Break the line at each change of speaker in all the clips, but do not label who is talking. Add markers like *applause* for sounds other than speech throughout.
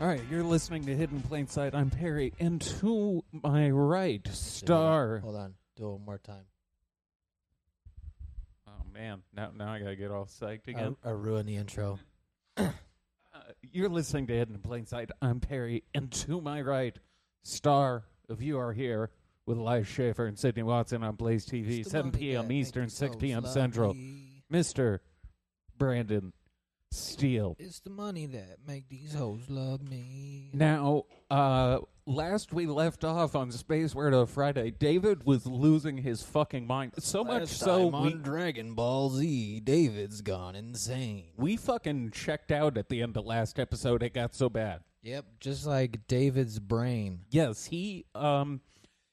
All right, you're listening to Hidden Plain Sight. I'm Perry, and to my right, Star.
Hold on. Do it one more time.
Oh man, now now I gotta get all psyched
I,
again.
I ruined the intro.
Uh, you're listening to Hidden Plain Sight. I'm Perry, and to my right, Star. If you are here with Elias Schaefer and Sydney Watson on Blaze TV, 7 p.m. Eastern, 6 p.m. Central. Mister Brandon Steele.
It's the money that make these hoes love me.
Now, uh, last we left off on Space Weirdo Friday, David was losing his fucking mind. So much so,
on
we,
Dragon Ball Z, David's gone insane.
we fucking checked out at the end of last episode. It got so bad.
Yep, just like David's brain.
Yes, he. Um,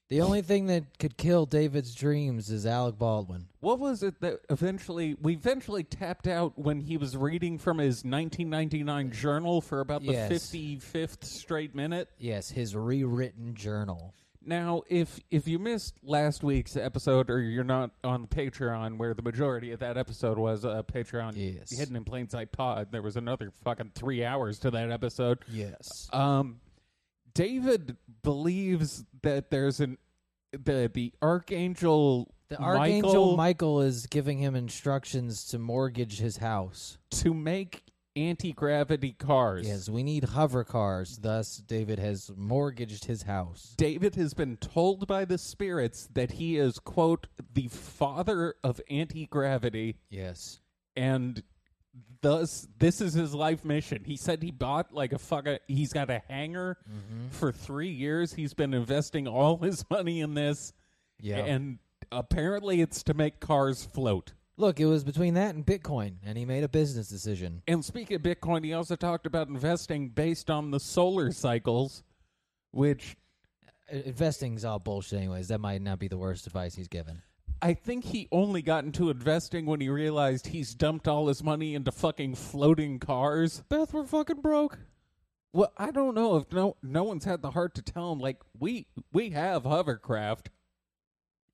The only thing that could kill David's dreams is Alec Baldwin.
what was it that eventually we eventually tapped out when he was reading from his 1999 journal for about the
Yes.
55th straight minute?
Yes, his rewritten journal.
Now, if if you missed last week's episode or you're not on Patreon, where the majority of that episode was uh, Patreon
Yes.
hidden in plain sight pod, there was another fucking three hours to that episode.
Yes.
Um, David believes that there's an the the archangel
The
Michael
Archangel Michael is giving him instructions to mortgage his house.
to make anti gravity cars.
Yes, we need hover cars. Thus, David has mortgaged his house.
David has been told by the spirits that he is quote the father of anti gravity.
Yes.
and thus this is his life mission. He said he bought like a fucking. He's got a hangar for three years. He's been investing all his *laughs* money in this,
Yeah.
and apparently it's to make cars float.
Look, it was between that and Bitcoin, and he made a business decision.
And speaking of Bitcoin, he also talked about investing based on the solar cycles, which
I- Investing's all bullshit, anyways. That might not be the worst advice he's given.
I think he only got into investing when he realized he's dumped all his money into fucking floating cars. Beth, we're fucking broke. Well, I don't know if no no one's had the heart to tell him like we we have hovercraft.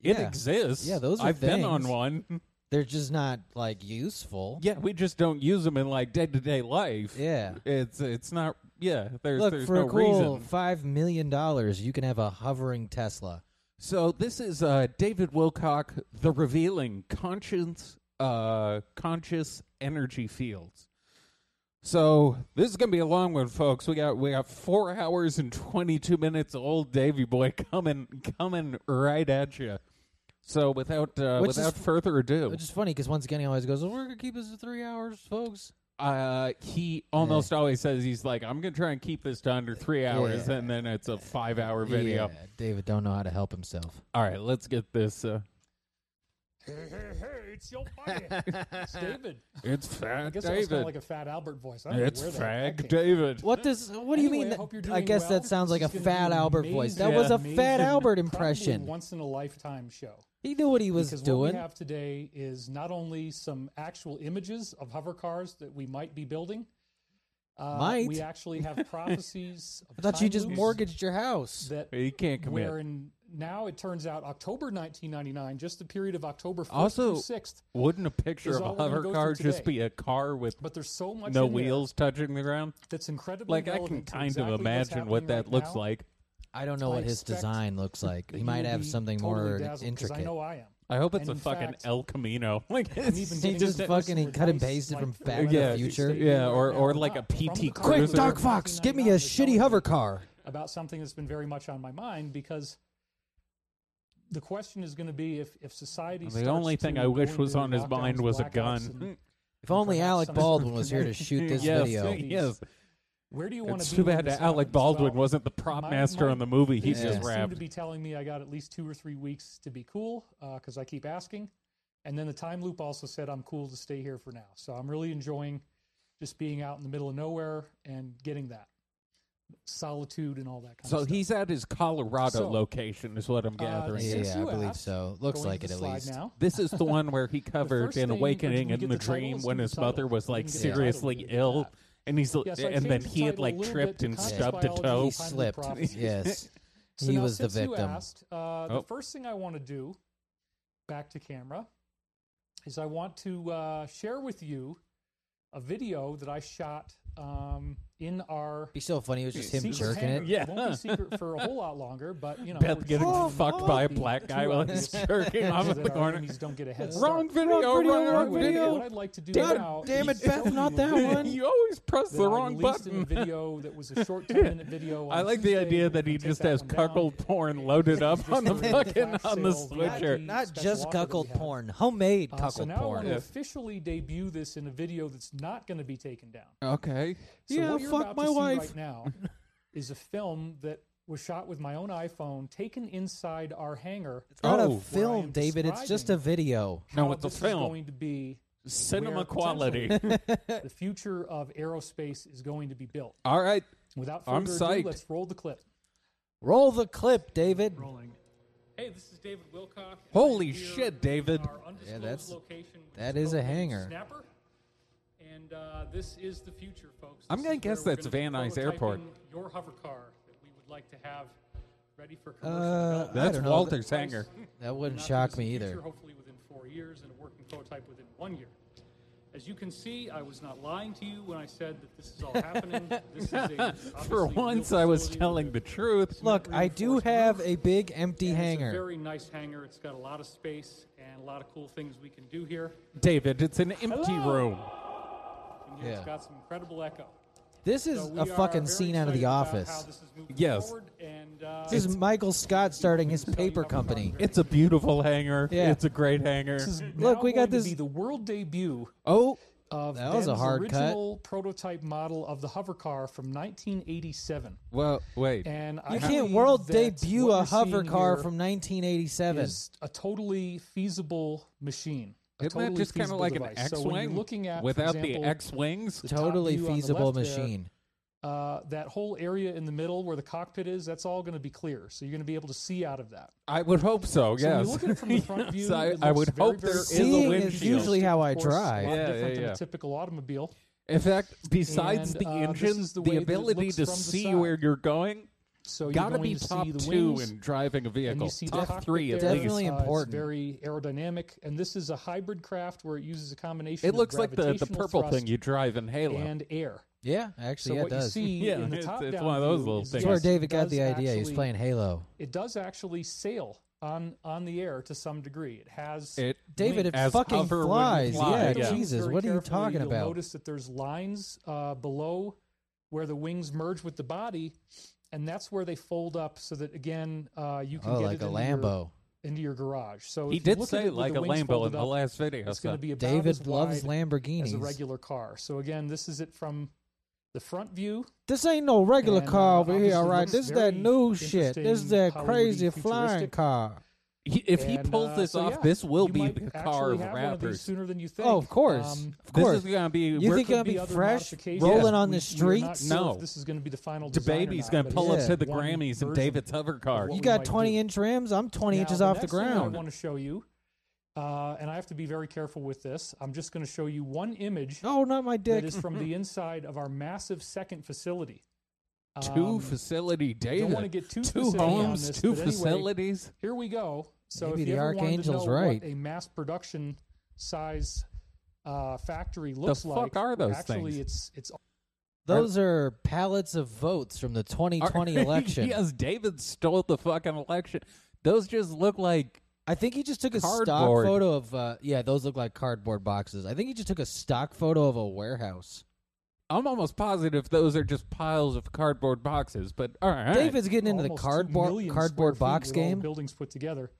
It
Yeah.
exists.
Yeah, those are
I've been on
things.
one. *laughs*
They're just not like useful.
Yeah, we just don't use them in like day to day life.
Yeah.
it's it's not. Yeah, there's
Look,
there's
for
no
a cool
reason.
five million dollars, you can have a hovering Tesla.
So this is uh, David Wilcock, the revealing conscience, uh, conscious energy fields. So this is gonna be a long one, folks. We got we got four hours and twenty two minutes. of Old Davy boy coming coming right at you. So without uh,
Which is-
without further ado,
Which is funny because once again, he always goes, "We're gonna keep this to three hours, folks."
uh, he almost always says he's like, "I'm gonna try and keep this to under three hours," and then it's a five hour video.
Yeah, David don't know how to help himself.
All right, let's get this. Uh,
Hey, hey, hey, it's your buddy.
*laughs*
it's David.
it's
I
Fat
guess I sound
David.
like a Fat Albert voice. I don't
It's
know where that-
Fag
that came-
David.
What does? What do you
Anyway,
mean?
I
that-
hope you're
I
doing
guess
well.
that sounds like a
This is gonna
Fat
be an
Albert voice. That
amazing-
was a
amazing,
Fat Albert
probably
impression.
Once in a lifetime show.
He knew what he was
because what
doing.
we have today is not only some actual images of hover cars that we might be building. Uh,
Might.
We
*laughs*
actually have prophecies. Of
I thought you
time
just
loops
mortgaged your house.
that.
He can't commit.
Where in now it turns out October 1999, just the period of October 1st
Also-
through 6th.
Wouldn't a picture
Is
of
all
a
we're gonna
hover
go
car
through
just
today.
be a car with
But there's so much
no
in there
wheels touching the ground?
that's incredibly
Like I can
relevant to
kind
exactly
of
what's
imagine
happening
what that
right
looks
now.
like.
I don't know
I
what his
expect
design looks like.
that
He
you
might
will
have
be
something
totally
more
dazzled, 'cause
intricate.
I know I am.
I hope
And
it's a
in
fucking *laughs*
fact,
El Camino. Like
I'm
it's-
even
He
getting
just
this
fucking- he cut and
advice,
pasted
like,
from
from
Back
the
to the
left
Future.
state
Yeah,
right
or-
now,
or
I'm
like
up
a PT
from the
Quick,
Congress.
Dark
Fox, give me a
1999
shitty hover car.
About something that's been very much on my mind because the question is going to be if if society.
The
starts
only
to
thing I wish
go
was
into
on his
lockdowns,
mind was a
blackouts,
gun.
and
If only
perhaps
Alec
some-
Baldwin was
*laughs*
here to shoot this
yes,
video.
yes.
Where do you want
It's
to be?
too
when
bad
this
that Alec
happens?
Baldwin
Well,
wasn't the prop
my-
master
my-
on the movie he
these
just
guys seem to
wrapped.
be telling me I got at least two or three weeks to be cool because I keep asking. And then the time loop also said I'm cool to stay here for now. So I'm really enjoying just being out in the middle of nowhere and getting that solitude and all that kind
so
of stuff.
he's at his Colorado
So- uh,
location, is what I'm gathering.
Since
Yeah, I
you
believe
asked,
so. Looks
going to
like
the
it at
slide
least.
Now.
This is the one where
*laughs*
he covered
first
in
thing- or did
Awakening
we
and
get
in
the
the
title?
dream
Let's
when
do the
his
title.
mother was
We
like
can get the title
seriously
and do
ill,
that.
and he's
Yeah, so I
and then
changed the
he had
title a
like
little
tripped
bit to
and
Conscious
stubbed a
Biology
toe.
Timely
He slipped.
prophecy.
Yes. He
So now
was the
since you
victim.
asked, uh, the
Oh.
first thing I want to do, back to camera, is I want to uh, share with you a video that I shot um, in our
Be so funny. It was just him
secret
jerking
hangar.
it.
Yeah.
won't be secret for a whole lot longer, but you know, we're
Beth
just
getting
trying to
fucked
not
by a
be
black
too
guy while he's *laughs*
obvious
jerking
so
off
that
in the
our
corner.
enemies don't get a head start.
Wrong video,
Wrong video,
wrong
wrong
Anyway, What
video.
I'd like to do
Damn-
now
damn
is
it, Beth,
show
not
*laughs*
you *laughs*
that
a video
one.
you always press
that
the
I
wrong
released in a
button.
video that was
*laughs*
a short 10 minute video.
I
on
like the
Tuesday.
idea
We're
that
gonna
he
take
just
that
has
one down.
cuckold porn loaded up
*laughs* Just
on the
for the
fucking
flash
on the
sales, not
switcher.
the
Not
special
just
offer that we
cuckold
have.
porn, homemade
Uh,
cuckold
so now I
porn.
want to officially debut this in a video that's not going to be taken down.
Okay.
So
yeah,
what you're
fuck
about
my
to see
wife. *laughs*
right now is a film that was shot with my own iPhone, taken inside our hangar.
It's not
Oh.
a
Where I
film,
am
David. It's just a video.
No,
how
it's a
this is
film.
going to be
Cinema
where
quality.
the future of aerospace is going to be built.
*laughs* All right.
Without
I'm
further ado,
psyched.
let's roll the clip.
Roll the clip, David.
Rolling. Hey, this is David Wilcock.
Holy shit, David.
undisclosed
that's-
location. which
that is
called
a
the
hangar.
Snapper. And uh, this is the future, folks.
I'm
This
gonna
is
guess
where we're
that's
gonna be
Van Nuys Airport.
prototyping Your hover car that we would like to have ready for commercial
Uh,
development.
That's
I don't know.
Walter's hanger.
That wouldn't
Not
shock
too distant
me
future,
either.
Hopefully within four years and a working prototype within one year. As you can see, I was not lying to you when I said that this is all happening.
*laughs*
this is a,
For
obviously a
once,
real
I was
facility with
telling
a-
the truth.
Look, I do
Reinforced
have
roof.
a big empty
and It's a
hangar.
very nice hangar. It's got a lot of space and a lot of cool things we can do here.
David, it's an empty
Hello?
room.
And here
Yeah.
it's got some incredible echo.
This
So
is
we
a
are
fucking
very
scene out of
excited
The
about How
Office.
this is moving
Yes.
forward and, uh,
This is Michael Scott starting his
Tell you
paper
how far
company.
we're
It's a beautiful hanger.
Yeah.
It's a great hanger.
Look, we got
now going to
this-
be the world debut
Oh,
of
That was a
Ben's
hard cut.
original prototype model of the hover car from 1987.
Well, wait.
And I
you can't
believe
world
that
debut
what
a
you're
hover
seeing
car
here
from 1987.
is a totally feasible machine. A
Isn't that
totally
just kind of
feasible
like an
device.
X
So when
wing?
you're looking at for
without
example,
the X wings.
top
Totally
view on the
feasible
left there.
machine.
uh, that whole area in the middle where the cockpit is, that's all going to be clear. So you're going to be able to see out of that.
I would hope so.
So when
yes.
you look at it from the front
*laughs* Yes,
view,
I,
it
I
looks
would
very,
hope
very
there is a
Seeing
windshield.
is usually how I
Of course,
drive.
A lot
Yeah,
different
yeah,
than
yeah.
a typical automobile.
In fact, besides
And,
the
uh, this
engine,
is
the,
the way that it
ability
looks
to
from the
see
side.
where you're going,
So you're
gotta
going
be
to
top
see the
two
wings,
in driving a
and
vehicle.
you see the
top
cockpit
three at
there.
least.
Definitely
Uh,
important.
It's very aerodynamic, and this is a hybrid craft where it uses a combination.
It
of
looks like the, the
gravitational
purple
thrust
thing you drive in Halo.
and air.
Yeah,
So
actually, yeah,
what
it does.
you see
Yeah,
in the
it's-
top
it's
down
one of those
view
little things.
is
That's
that
where
it
David got
does
the idea. He was
actually-
playing Halo.
It does actually sail on on the air to some degree. It has
it
David, it
as
fucking
hover when you
flies.
fly,
Yeah,
Look at the
yeah.
wings
Jesus,
very
what are you
carefully.
talking
You'll
about?
Notice that there's lines uh, below where the wings merge with the body, and that's where they fold up so that again uh, you can
Oh,
get
like
it
a
into your-
Lambo.
into your garage. So
He
if you
did
look at
say
it with
like
the
a
wings
Lambo
folded
in the
up,
last video.
It's going
so-
to be about as
David loves
wide as a
Lamborghinis.
regular car. So again, this is it from the front view.
This ain't no regular
And, uh,
car over
obviously
here, all right?
looks
This is that
very
new shit. This is that
interesting,
crazy
Hollywood-y,
flying
futuristic.
car.
He- if he
And,
pulls
uh,
this
so
off,
yeah,
this will
you
be
might
the car
actually
of
have one of these
rappers.
sooner than you think.
Oh, of course,
Um,
of
This
course.
is going to be.
You
we're
think
could
it'll be
other
fresh,
modifications.
rolling on
We-
the
we are not
streets?
sure if
No.
this is going to be the final
the
design or
baby's
not,
going to
uh, but
pull
it's
up to the
one
Grammys in
version.
David's hover car.
what
You
we
got
might
20
do.
inch rims. I'm 20
Now,
inches
the
off the
next thing I
ground.
want to show you, uh, and I have to be very careful with this. I'm just going to show you one image
No, not my
that
Oh, dick.
is from
*laughs*
the inside of our massive second facility.
Two
Um,
facility David.
don't wanna get too
two
specific on
homes,
this,
two
but anyway,
facilities.
here we go. So
Maybe
if you
the
ever wanted
Archangel's
to know
right.
what a mass production size uh, factory
The
looks
fuck
like,
are those
actually
things?
it's it's
Those are pallets of votes from
*laughs*
the 2020
*laughs*
Are-
election.
yes, David stole the fucking election. Those just look like
I think he just took a stock
Cardboard.
photo of, uh, yeah, those look like cardboard boxes. I think he just took a stock photo of a warehouse.
I'm almost positive those are just piles of cardboard boxes. But all right,
David's getting into the
almost two
cardboard
million
cardboard
square feet
box
with all the
game.
buildings put together.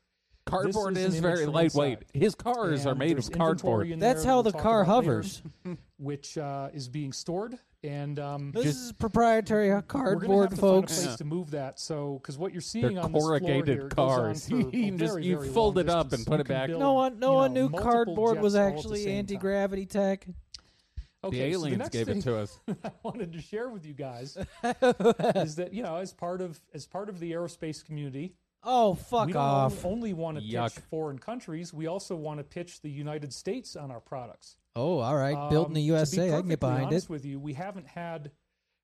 Cardboard
is an
is, very
image from
lightweight.
inside.
His cars are
And
made
there's
of cardboard.
inventory in
That's
there that
how
we'll
the
talk
car
about later,
hovers.
*laughs* which uh, is being stored. And um,
This is proprietary
we're gonna have
cardboard,
to
folks.
find a place to move that. So, because what you're
They're
seeing on this floor here
corrugated
goes on
cars. *laughs*
for a
you just
very,
you
very long
fold it up and
distance.
put
You
it
can
back.
build,
No one, no
you
one
know,
knew
multiple
cardboard
jets
was
all at the
actually
same time.
anti-gravity tech.
Okay,
the
so the
aliens
next
gave
thing
it to us.
*laughs* I wanted to share with
*laughs*
you guys is that you know, as part of as part of the aerospace community,
Oh,
we
fuck
don't
off!
only want to
Yuck.
pitch foreign countries, we also want to pitch the United States on our products.
Oh, all right,
Um,
built in the USA,
To be
I can get
perfectly
behind it.
honest With you, we haven't had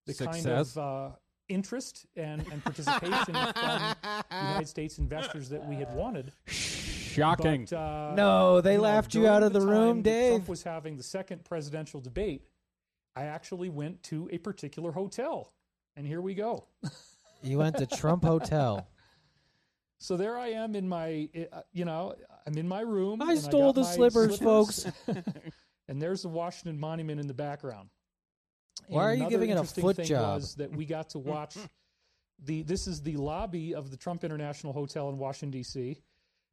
the
Success?
kind of uh, interest and, and participation
*laughs*
from United States investors that we had wanted.
Shocking.
But, uh,
No, they
you know,
laughed you out
during
of the room,
time that Trump
Dave.
was having the second presidential debate. I actually went to a particular hotel, and here we go.
You went to Trump
*laughs*
Hotel.
So there I am in my, uh, you know, I'm in my room.
I
and
stole
got
the
my
slippers, folks.
and there's the Washington Monument in the background.
Why are you
another
giving it a
interesting
foot
thing
job?
Was that we got
*laughs*
to watch the? This is the lobby of the Trump International Hotel in Washington D.C.,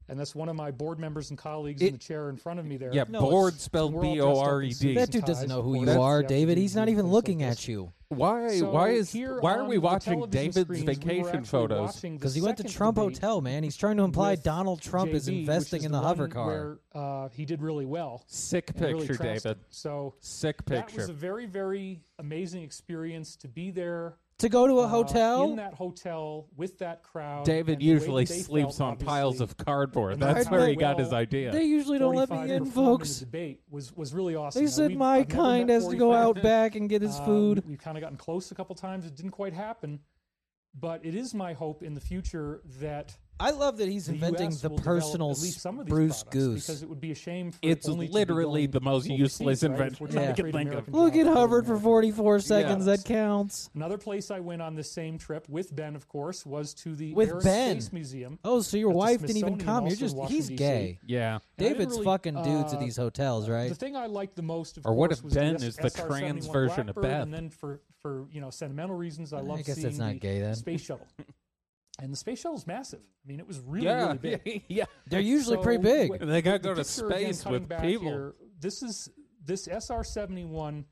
and that's one of my board members and colleagues
It-
in the chair in front of me there.
yeah,
No,
board
it's-
spelled
we're all
B
dressed up in
O R E D.
suits.
That dude doesn't
Ties
know who
before
you
that.
are,
Yeah, we
David.
do
He's not
these
even
things
looking
like
at
this.
you.
Why?
So
why is?
here
Why are
on
we
the
watching
television
David's
screens, we were
vacation
actually
photos?
watching the
Because he went to
second
Trump
debate
Hotel, man. He's trying to imply
with
Donald Trump is
JD, which
investing in the,
the
hover
one
car.
Where, uh, he did really well.
Sick
and really
picture,
trounced
David.
him. So
Sick
that was a
picture.
very, very amazing experience to be there.
to go to a
uh,
hotel?
in that hotel with that crowd. and
David
the way
usually
that they
sleeps
felt,
on piles
obviously,
of cardboard.
and
That's
that's
where
how
he got
well
his idea.
they usually don't let
45
me in,
performed the
folks.
debate was was really awesome.
They
Now,
said
we've-
my
I've never met
kind has to go
45
out back and get his
Um,
food.
We've kind of gotten close a couple times. It didn't quite happen, but it is my hope in the future that
I love that he's
the
inventing
US
the
will develop
personal
at least some of these
Bruce
products,
Goose.
because it would be a shame. For
It's
only to be
literally
going
the most
overseas,
useless
right? If
invention
we're trying
I
to
can
create
think
American
of.
Look at
jobs over
Hubbard
there.
for 44 seconds.
Yeah.
That counts.
Another place I went on this same trip with Ben, of course, was to the
With
Air and
Ben.
Space Museum.
Oh, so your
At the
wife didn't even
Smithsonian,
come. You're
also in
just, he's
Washington,
gay.
Yeah.
And I didn't
David's
really,
fucking dudes
uh,
at these hotels, right?
The thing I liked the most, of
Or what
course,
if
was the
Ben
S-
is the
SR-71
trans version of
Blackbird,
Beth?
And then for for you know sentimental reasons, I
I
love
guess that's
seeing
not
the
gay then.
space
*laughs*
shuttle. and the space shuttle's massive. I mean, it was really
yeah. *laughs*
really big.
yeah.
They're usually
So,
pretty big.
wait,
And they gotta
the
go to
picture, again,
space
cutting
with
back
people.
here, this is this SR seventy one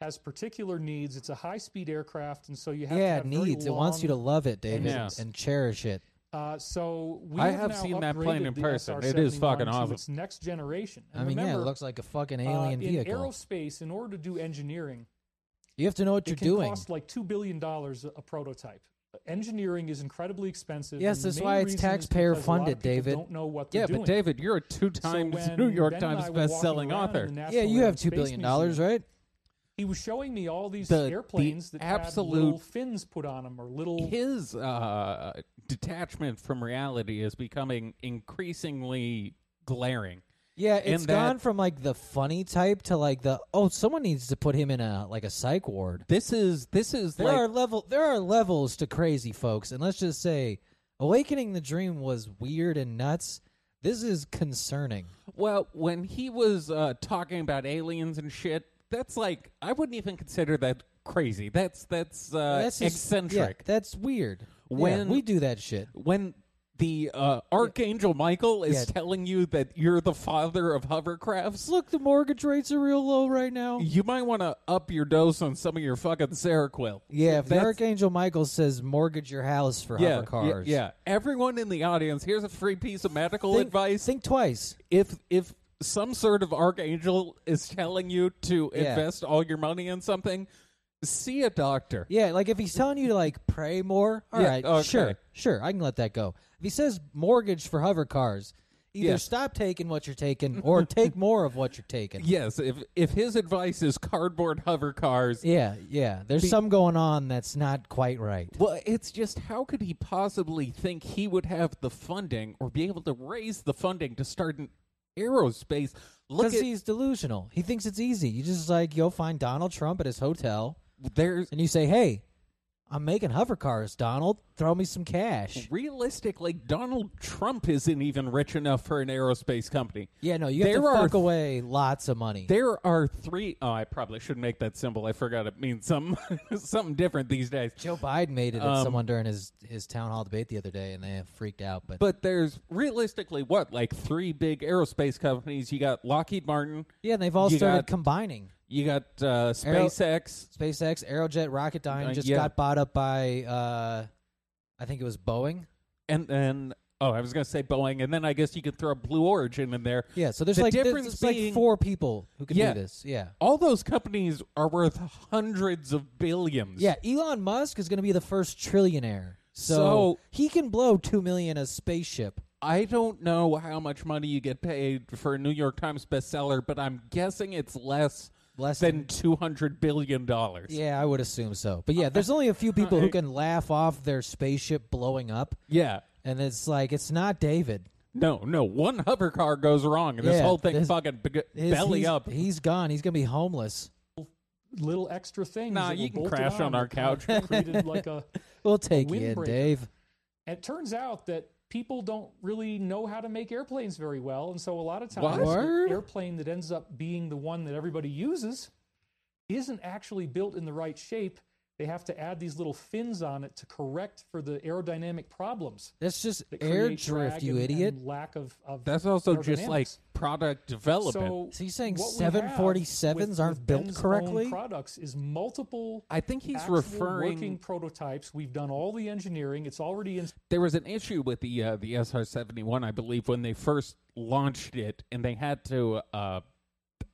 has particular needs. It's a high speed aircraft, and so you have to
yeah,
have
it
very
needs. It wants you to
long-
love it, David,
Yeah.
and cherish it.
Uh, so we
I have
now
seen that plane
upgraded
in
the
person.
SR-71
It is fucking
to
awesome.
Its next generation. And
I mean, yeah, it
remember,
looks like a fucking
uh,
alien
in
vehicle.
aerospace, in order to do engineering,
you have to know what
it
you're
can
doing.
cost like two billion dollars a prototype. Engineering is incredibly expensive.
Yes,
and the
that's
main
why it's
reason is because
taxpayer
a lot of
funded,
people
David.
Don't know what they're
Yeah,
doing.
but David, you're a two
So
times *laughs*
when
New York
Ben and I
Times
were walking
best-selling
around in
author.
the
Yeah,
National
you
Air
have
and
two
Space
billion dollars,
Museum,
right?
He was showing me all these
The- the
airplanes that
absolute-
had little fins put on them or little.
his uh, detachment from reality is becoming increasingly glaring.
Yeah,
And
it's
that-
gone from like the funny type to like the oh, someone needs to put him in a like a psych ward.
This is this is
There
like
are level there are levels to crazy folks, and let's just say Awakening the Dream was weird and nuts. This is concerning.
well, when he was uh, talking about aliens and shit, that's like I wouldn't even consider that crazy. That's that's, uh,
that's just-
eccentric.
yeah, that's weird. Yeah,
When-
we do that shit.
when the uh, Archangel Michael is
Yeah.
telling you that you're the father of hovercrafts,
Look, the mortgage rates are real low right now.
you might want to up your dose on some of your fucking Seroquel.
Yeah, if the
That's-
Archangel Michael says mortgage your house for
yeah,
hover cars.
Yeah, yeah. everyone in the audience, here's a free piece of medical
Think,
advice.
think twice.
if if some sort of archangel is telling you to
Yeah.
invest all your money in something, see a doctor.
Yeah, like if he's telling you to like pray more, all
Yeah,
right,
okay.
sure, sure, I can let that go. If he says mortgage for hover cars, either
Yes.
stop taking what you're
*laughs*
taking or take more of what you're taking.
Yes, if if his advice is cardboard hover cars,
Yeah, yeah. There's some going on that's not quite right.
well, it's just how could he possibly think he would have the funding or be able to raise the funding to start an aerospace? Look
Because
at
he's delusional. He thinks it's easy. You just like you'll find Donald Trump at his hotel
there's
and you say, Hey, I'm making hover cars, Donald. Throw me some cash.
Realistically, Donald Trump isn't even rich enough for an aerospace company.
Yeah, no, you have
There
to
are
fuck
th-
away lots of money.
There are three oh I probably should make that symbol. I forgot it means something *laughs* something different these days.
Joe Biden made it at
Um,
someone during his, his town hall debate the other day, and they freaked out. But,
But there's realistically what like three big aerospace companies. You got Lockheed Martin,
yeah, and they've all
you
started
got-
combining.
you got uh, SpaceX,
SpaceX, Aerojet, Rocketdyne
Uh,
just
yeah.
got bought up by, uh, I think it was Boeing.
and then oh, I was gonna say Boeing, and then I guess you could throw Blue Origin in there.
Yeah, so there's
The
like there's-
difference
there's
being-
like four people who can
Yeah.
do this. Yeah,
All those companies are worth hundreds of billions.
yeah. Elon Musk is going to be the first trillionaire, so,
So-
he can blow two million a spaceship.
I don't know how much money you get paid for a New York Times bestseller, but I'm guessing it's less
Less
than two hundred billion dollars.
Yeah, I would assume so. But yeah, there's only a few people
*laughs*
who can laugh off their spaceship blowing up,
Yeah.
and it's like it's not David.
No, no. One hover car goes wrong, and this
Yeah,
whole thing
this-
fucking beg
His-
belly
he's-
up.
He's gone. He's gonna be homeless.
Little extra things.
Nah,
that
you
were
can
bolted
crash on our
that kinda *laughs* Created
*laughs*
like a.
We'll take you, in,
windbreaker.
Dave.
It turns out that people don't really know how to make airplanes very well, and so a lot of times,
What?
the airplane that ends up being the one that everybody uses isn't actually built in the right shape. They have to add these little fins on it to correct for the aerodynamic problems.
That's just
that
air
create
drift,
drag
you
and-
idiot.
and lack of, of
That's also just like
aerodynamics.
product development.
So you're saying
what we
747s
have with-
aren't
with
built
Ben's own
correctly?
Products is multiple.
I think he's
actual working
referring.
prototypes. We've done all the engineering. It's already in
There was an issue with the uh, the SR seventy one, I believe, when they first launched it, and they had to uh,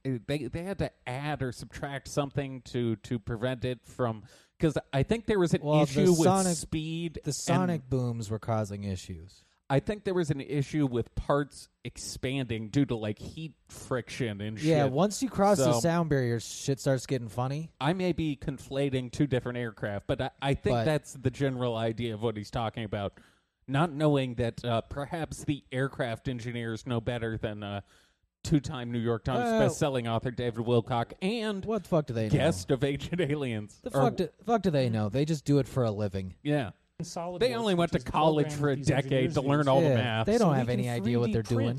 they they had to add or subtract something to to prevent it from because I think there was an
Well, the
issue with
sonic-
speed.
The
and-
sonic booms were causing issues.
I think there was an issue with parts expanding due to like heat friction and shit.
Yeah, once you cross the
So-
sound barrier, shit starts getting funny.
I may be conflating two different aircraft, but I, I think
But-
that's the general idea of what he's talking about. Not knowing that uh, perhaps the aircraft engineers know better than uh, two-time New York Times
Well-
best-selling author David Wilcock and
What the fuck do they
guest of Ancient Aliens.
know? The
Or-
fuck do, fuck do they know? They just do it for a living.
yeah,
solid.
they only went to college for a decade to learn all the
Yeah,
math.
they don't- have any idea what they're doing.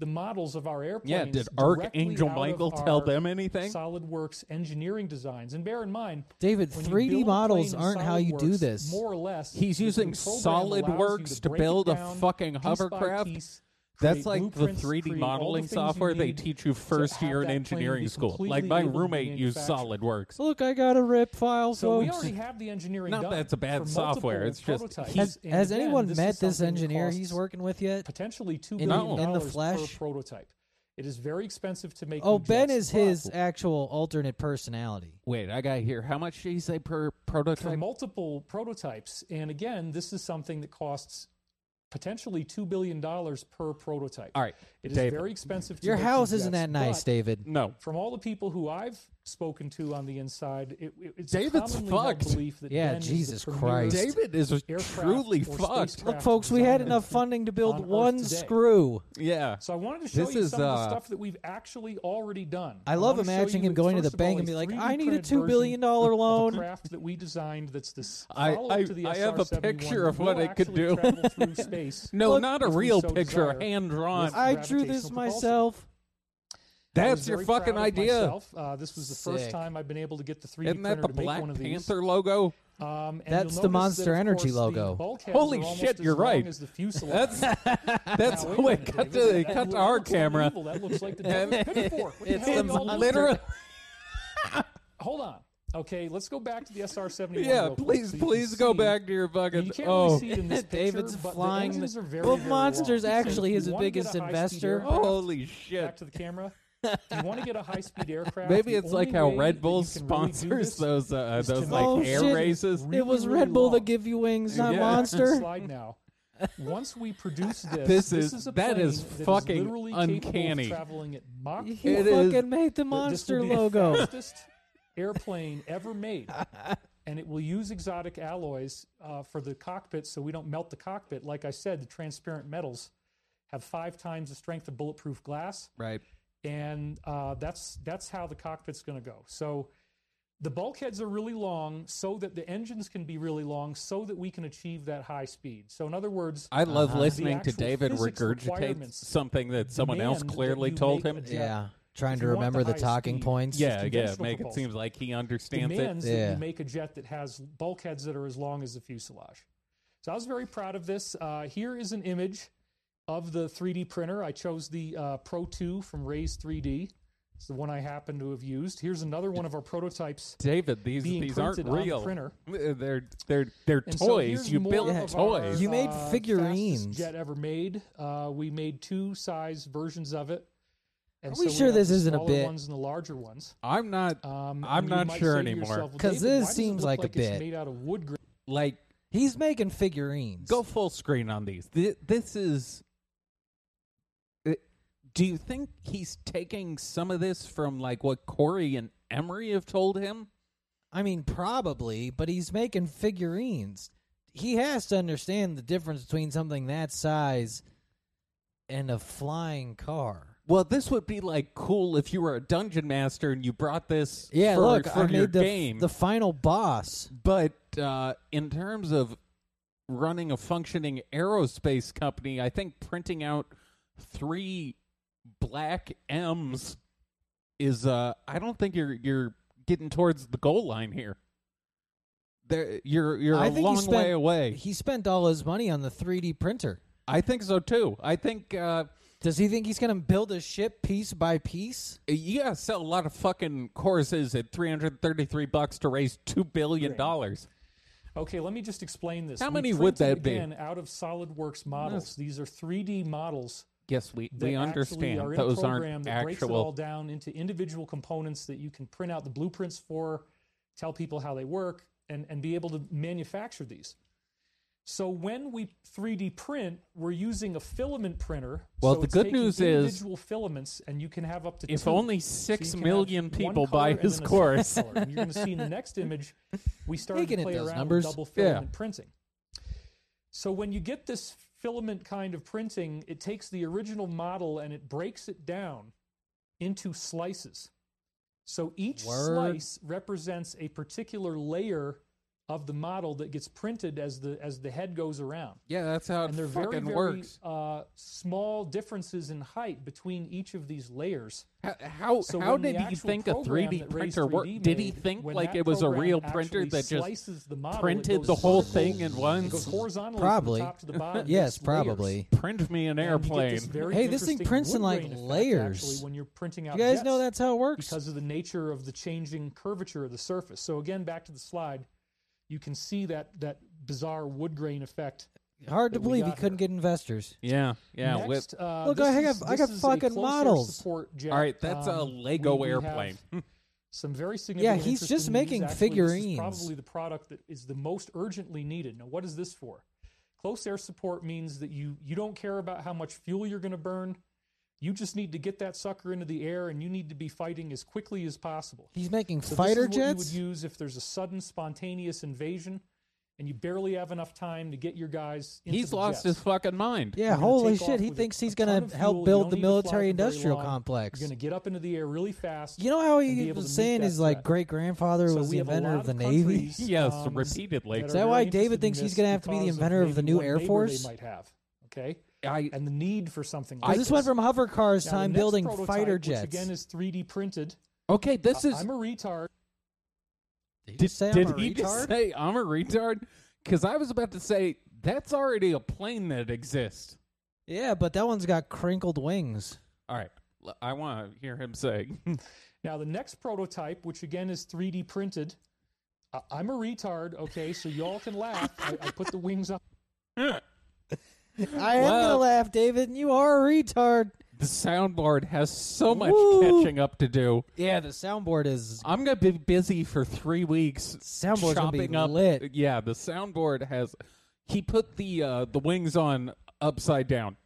The models of our airplanes.
yeah, did
directly
Archangel
out of
Michael
our
tell them anything?
SolidWorks engineering designs, and bear in mind,
David,
when you
3D
build a
models
plane in
aren't how you do
SolidWorks,
this.
More or less,
He's
the
using
program allows you
SolidWorks to
break it
build a
down
fucking
piece by
hovercraft?
piece,
That's
create
like the
blueprints,
3D
create all the
modeling
things you
software they
need
teach you
to
first
have
year in
that plane
engineering
be
school. Like
completely
my
able to be
roommate used
manufactured.
SolidWorks.
Look, I got a rip file,
So we
folks.
already have the engineering.
Not
done
that it's a bad
for
software,
multiple
it's just
prototypes.
he's-
has
And
has
again,
anyone
this is
met this
something that
engineer
costs
he's working with yet?
Potentially two
in-
billion dollars
in
the
per
flesh?
prototype. It is very expensive to make.
Oh,
new
Ben
jets,
is
but
his actual alternate personality.
Wait, I got here. How much did he say per
for
prototype?
multiple prototypes, and again, this is something that costs potentially two billion dollars per prototype.
All right,
it is
David.
very expensive. To
Your
make
house
new
isn't
jets,
that nice,
but
David.
no.
From all the people who I've spoken to on the inside, it, it- it's
David's
commonly held
fucked.
belief that
Yeah,
Ben is the
Jesus
premier
Christ.
David is
aircraft
truly
or
fucked.
spacecraft
Look, folks, we had
designer
enough funding to build
on Earth
one
today.
screw.
Yeah.
So I wanted to show
This
you
is,
some of
uh,
the stuff that we've actually already done.
I love
wanna show
imagining
you,
him going to
first
the
of
bank
all,
and be
a
like,
3D
"I need a
printed
$2 billion
version of the
loan."
craft that we designed that's this
I-
follow-up
I-
to the
I have a
SR-71
picture of
that
what
will
it could
actually
do. *laughs*
travel through space
No,
Look,
not a
if we
real
so
picture,
desire.
hand drawn.
With
I drew this
Gravitational propulsion.
myself.
I was
That's your
very
fucking
proud of
idea.
myself. Uh, this was the first
Sick.
time I've been able to get the 3D
Isn't that
printer
the
to make
Black
one of these.
Panther
*laughs*
logo?
Um, and you'll
That's the
notice that,
Monster
of
Energy
course, the
logo.
bulkheads
Holy
are almost
shit,
as
you're
long
right.
As the fuselage.
That's that's *laughs*
Now, wait a
when it
minute,
cut to
David,
they cut
that
to
looks
our
something
camera.
evil. That looks
*laughs*
like the devil's pitchfork. What the
It's
hell
the
y'all doing?
Literally,
Hold on. Okay, let's go back to the SR seventy one.
yeah. Please, please go back to your
And
fucking.
you can't
oh,
really see it in this
*laughs*
picture,
David's
but
flying
The engines
the-
are very,
Well,
very
Monster's
long.
actually
So
his
you wanna get
biggest
a high-speed
investor.
aircraft-
holy Oh, shit!
Back to the
*laughs*
camera. If you want to get a high speed aircraft?
Maybe
the
it's like
only
how
way that
Red
you
Bull
can really do
sponsors
this
those uh,
is to
those
make
like
Oh,
air
shit.
races.
Really,
it was
really
Red Bull that
long.
give you wings, not
*laughs*
Yeah.
Next
Monster.
slide now. Once
*laughs*
we produce this,
This
this,
is-
a
that
plane
is
that
fucking
literally capable of
uncanny.
traveling at Mach
He
It
fucking
is-
made the
Th-
monster
this will be The
logo. *laughs*
fastest airplane ever made, and it will use exotic alloys uh, for the cockpit, so we don't melt the cockpit. Like I said, the transparent metals have five times the strength of bulletproof glass,
Right.
and uh, that's that's how the cockpit's going to go. So The bulkheads are really long so that the engines can be really long so that we can achieve that high speed. So, in other words,
I love
Uh-huh.
listening
The
to
actual
David
physics
regurgitate
requirements
something that someone else
demand that
clearly
you
told
make
him.
a-
Yeah. Trying
If
to
you want
remember the,
the high
talking
speed,
points.
just
Yeah, yeah.
conventional
Make it
propulsion.
seem like he understands
demands
it.
that
Yeah.
you make a jet that has bulkheads that are as long as the fuselage. So I was very proud of this. Uh, here is an image of the 3D printer. I chose the uh, Pro 2 from Raise 3D. It's the one I happen to have used. Here's another one of our prototypes.
David, these
being
these aren't
printed on the
real. Uh,
printer.
They're they're they're
And so
toys.
here's
you
more
built
of our,
toys.
You made
uh, fastest
figurines.
jet ever made. Uh, we made two size versions of it. And
Are we
so
sure
have
this
the
isn't a
smaller
bit-
ones and the larger ones.
I'm not
Um,
I'm
and you
not
might
sure
say to
anymore.
yourself, well,
'Cause
David,
this
why does it
seems
look
like a bit-
It's made out of wood gra-
like
He's making figurines.
go full screen on these. Th- this is. it- Do you think he's taking some of this from like what Corey and Emery have told him?
I mean, probably, but he's making figurines. He has to understand the difference between something that size and a flying car.
Well, this would be like cool if you were a dungeon master and you brought this
Yeah,
for,
look,
for
I
your
made the,
game.
the final boss.
but uh, in terms of running a functioning aerospace company, I think printing out three black M's is. Uh, I don't think you're you're getting towards the goal line here. There, you're you're a
I think he
long
spent-
way away.
He spent all his money on the 3D printer.
I think so too. I think uh,
Does he think he's going to build a ship piece by piece?
you gotta sell a lot of fucking courses at three hundred thirty three bucks to raise two billion dollars.
Okay, let me just explain this.
How
We
many would
printed
that be?
Again, out of SolidWorks models. These are 3D models.
Yes, we,
That
we
Actually
understand
are in
those
a program
aren't
that breaks it all
actual.
down into individual components that you can print out the blueprints for, tell people how they work, and, and be able to manufacture these. So when we 3D print, we're using a filament printer.
Well,
so
the
it's
good
taking
news is-
individual filaments, and you can have up to
If
two.
only
So
six
you can
million
have one
people buy
color and
his
then a
course.
second color. And you're going to
*laughs*
see in the next image, we started
Making
to
it
play
those
around
numbers.
with double
Yeah.
filament printing. So when you get this filament kind of printing, it takes the original model and it breaks it down into slices. So each
Word.
slice represents a particular layer of the model that gets printed as the as the head goes around
Yeah, that's how it
and they're
fucking
very, very
works.
Uh, small differences in height between each of these layers.
How how,
So
Oh, how
when the
did he
actual
think a
program
3D
that Raise
printer worked?
3D
Did he
made,
think
when
like
that
it was a
program
real printer
actually
that just
slices the model, it
printed
goes
the whole
vertical.
thing in
It goes
once?
horizontally
Probably.
from the top to the
*laughs*
bottom. in
yes,
these layers.
probably.
Print me an
And you get
airplane.
this very
Hey, this thing
interesting
prints in,
wood
like,
grain effect,
layers.
Actually, when you're printing out,
You guys
jets
know that's how it works.
because of the nature of the changing curvature of the surface. So again, back to the slide, you can see that that bizarre wood grain effect
Hard to
that we
believe he
got
couldn't get investors.
Yeah, yeah. with-
Next, uh,
Look,
this
I
is-
have- I
this
got
is a
fucking
closer
models.
support jet.
all right, that's a
Um,
Lego
we- we have
airplane. *laughs*
Some very significant.
he's
interest
just
in these.
making
Actually, this is
figurines.
probably the product that is the most urgently needed. Now, what is this for? Close air support means that you you don't care about how much fuel you're going to burn. You just need to get that sucker into the air, and you need to be fighting as quickly as possible.
He's making
So
fighter
this is what
jets?
you would use if there's a sudden spontaneous invasion, and you barely have enough time to get your guys. Into
He's
the
lost
jets.
his fucking mind.
Yeah,
You're gonna
holy
take
shit.
off
He
with
thinks
a
he's
ton
going to
of fuel.
help
You
build
don't
the
need to fly for very
military industrial
long.
complex.
You're going to get up into the air really fast.
You know how
and be
he
able
was
to
saying
meet
his
that
like
threat.
great grandfather
So
was the
we have a
inventor
lot
of the navy. *laughs*
*laughs*
countries,
Yes,
um,
repeatedly.
that
Is
are
that
very
why
interested
David
in
thinks he's
this
gonna have to be the
because
inventor of the
maybe
new
one
Air
neighbor
Force?
They might have okay,
I
and the need for something.
Because
like
this went from hover cars
Now, the
time
next
building
prototype,
fighter
which
jets.
again is 3D printed.
okay. This is
I'm a retard.
did
Did,
you say *laughs*
did
I'm a
he
retard?
just say I'm a retard? Because I was about to say that's already a plane that exists.
yeah, but that one's got crinkled
*laughs*
wings. *laughs*
All right, l- I want to hear him say. *laughs*
Now, the next prototype, which again is 3D printed, I I'm a retard, okay, so y'all can laugh. I, I put the wings on.
I am gonna
Well-
laugh, David, and you are a retard.
the soundboard has so much
Woo!
catching up to do.
Yeah, the soundboard is
I'm gonna be busy for three weeks.
Soundboard's gonna be
chopping up.
lit.
Yeah, the soundboard has. He put the uh, the wings on upside down.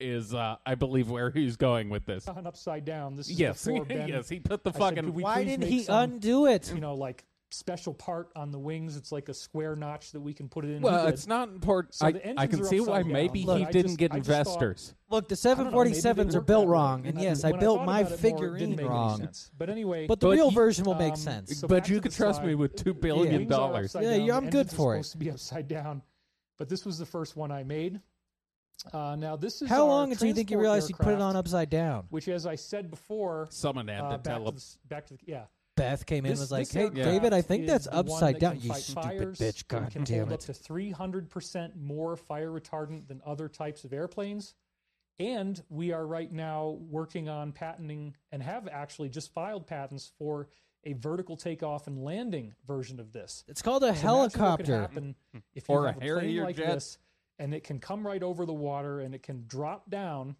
Is uh, I believe where he's going with
Oh,
this.
on upside down. This is
Yes, *laughs*
before Ben.
yes, he put the
I said,
fucking.
"Could we
Why
please
didn't
make
he
some,
undo it?
you know, like special part on the wings. It's like a square notch that we can put it in.
Well,
He did.
it's not important.
So
I,
the
I
engines
can
are
see why
upside down.
maybe
Look,
he
I
didn't
just-
get
I just thought-
investors.
Look, the
I don't know, maybe it
747s are built
worked that way,
wrong, and
I-
yes, I
when
built
thought
my
about it more, it didn't
figurine
make any
wrong.
sense. But anyway,
But the
But
real
you-
version will make
um,
sense.
so back
but you
to
could
the
trust me
slide.
with two
the
billion
wings are
dollars.
upside
Yeah,
down,
yeah,
the
I'm good
engines are
for it.
Supposed to be upside down, but this was the first one I made. Uh, now this is
How
our
long until you think you
transport
realize you put it
aircraft,
on upside down?
Which, as I said before,
Someone had
uh,
to
back,
tell
to
him.
the, s- back to the yeah.
Beth came in and
This-
was like,
this
"Hey,
aircraft
David, I think
is
that's
the one
upside
that
down."
can
You
fight
stupid
fires
bitch!
and
God
can
damn
hold
it!
up to 300% more fire retardant than other types of airplanes. And we are right now working on patenting and have actually just filed patents for a vertical takeoff and landing version of this.
It's called a
So imagine what could
helicopter.
happen if
Mm-hmm.
you
Or a
have a plane
Harrier
like
jet.
this, and it can come right over the water, and it can drop down,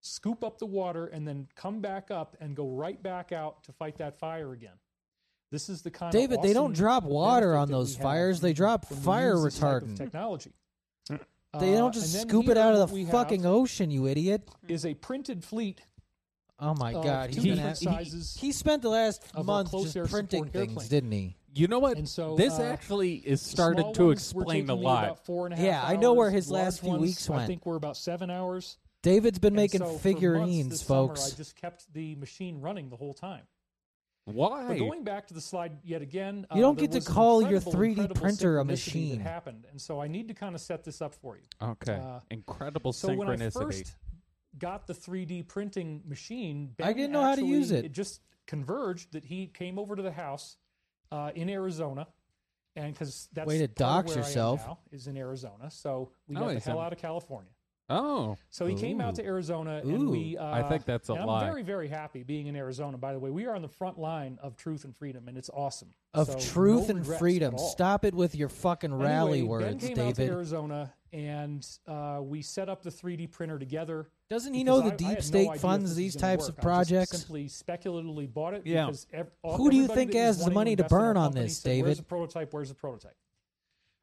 scoop up the water, and then come back up and go right back out to fight that fire again. This is the kind of
David, they don't
awesome
drop water
benefit
on
that
those
we have
fires. They drop
when we
fire
use this type of
retardant.
technology.
They
Uh,
don't
and
just
then
scoop it
here
out
what
of
we
the
have
fucking ocean, you idiot!
Is a printed fleet
Oh my
of
god,
Uh, two
he's been
different
at- he-
sizes
He, spent the last
of our
month
close
just
air support
printing things,
airplane.
didn't he?
You know what?
And so,
this
uh,
actually is
The
started
small
to
ones were
explain
taking
a
me
lot.
About four and a half
Yeah, I know where
hours.
his
Large
last few
ones,
weeks
I
went.
think we're about seven hours.
David's been
And
making
so for months
figurines,
this summer,
folks.
I just kept the machine running the whole time. But
Why?
going back to the slide yet again, uh,
You don't
there
get to
was an
call your
incredible,
3D
incredible
printer a
synchronicity that
machine.
happened, and so I need to kind of set this up for you.
Okay.
uh,
Incredible
So when I
synchronicity.
first got the 3D printing machine,
I
Ben
didn't know how to
actually-
use it.
It just converged that he came over to the house uh, in Arizona, and because that's
Way to
part of
dox
where I am
yourself.
now, is in Arizona. So we
Oh,
got the
he's
hell
in-
out of California.
oh,
So he came out
Ooh.
to Arizona, and we.
Ooh.
Uh,
I think that's a
and I'm
lie.
very, very happy being in Arizona. By the way, we are on the front line of truth and freedom, and it's awesome.
of
So
truth
no
and
regrets
freedom.
at all.
Stop it with your fucking rally
Anyway, Ben
words,
came out to
David.
Arizona, and uh, we set up the 3D printer together.
Doesn't he know
because
the
I- I had
deep
no
state
idea if
funds
this was
these
gonna
types
work.
of
I just
projects?
simply speculatively bought it.
Yeah.
Because ev- all-
Who do you
everybody
think
that was
has the
wanting
money to
invest in our
burn on
company
this,
said, Where's
David?
the prototype? Where's the prototype?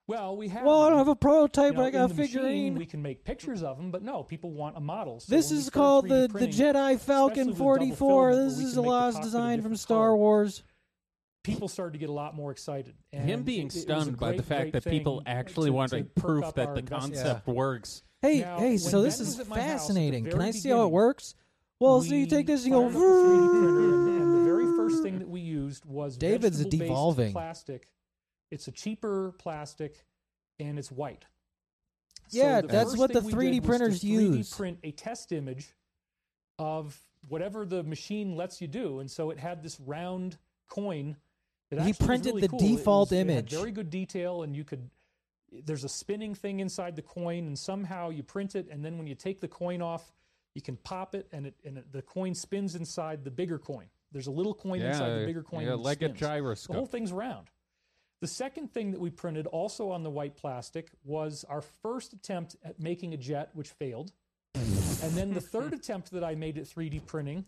Well, we have.
Well, I don't
one.
have a prototype,
You
but
know,
I got
in
a
the machine,
figurine.
we can make pictures of them, but no, people want a model. So
this
when we
is
started
called
3D
the, the
printing,
Jedi
especially
Falcon
with double
44. This
films, where we
is
can
a
make the
last
cockpit a
design from
different
Star
color.
Wars.
People started to get a lot more excited. And
him
it- it
being
was a
stunned by the
great,
fact
great
that people
thing
actually
to-
want
to
to
perk
prove
up
that
our
the
investment.
concept works.
Hey,
Now,
hey,
when
so this
Ben
is
was at my house at the
fascinating. Can
very
I see how it
beginning,
works? Well, so you take
we
this and you
fired up the 3D
go.
printer, and, and the very first thing that we used was
David's
vegetable-based
devolving.
plastic. It's a cheaper plastic, and it's white.
Yeah,
the
that's
first
what
thing
the
we did
3D
was to
printers
3D
use.
Print a test image of whatever the machine lets you do, and so it had this round coin. That
He
actually was
printed
really
the
cool. It
default
was- it had
image.
very good detail, and you could. There's a spinning thing inside the coin, and somehow you print it, and then when you take the coin off, you can pop it, and it and it, the coin spins inside the bigger coin. There's a little coin inside the bigger coin.
yeah,
and it
like a
spins. The
gyroscope.
whole thing's round. The second thing that we printed, also on the white plastic, was our first attempt at making a jet, which failed. and then
*laughs*
the third attempt that I made at 3D printing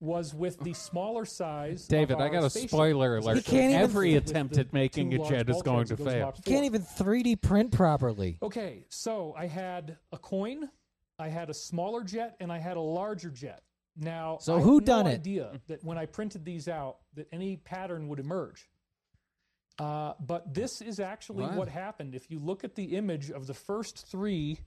was with the smaller size. of
David, I
our
got a
spaceship.
spoiler
Because
alert.
He can't even-
Every
With the
attempt at
two
making a
large
jet is
bulkheads,
going to
it goes
fail.
about
You can't
four.
even 3D print properly.
Okay, so I had a coin, I had a smaller jet, and I had a larger jet. Now,
So
I had
who
no
done it?
Idea that when I printed these out, that any pattern would emerge. Uh, but this is actually
What?
what? happened. If you look at the image of the first three,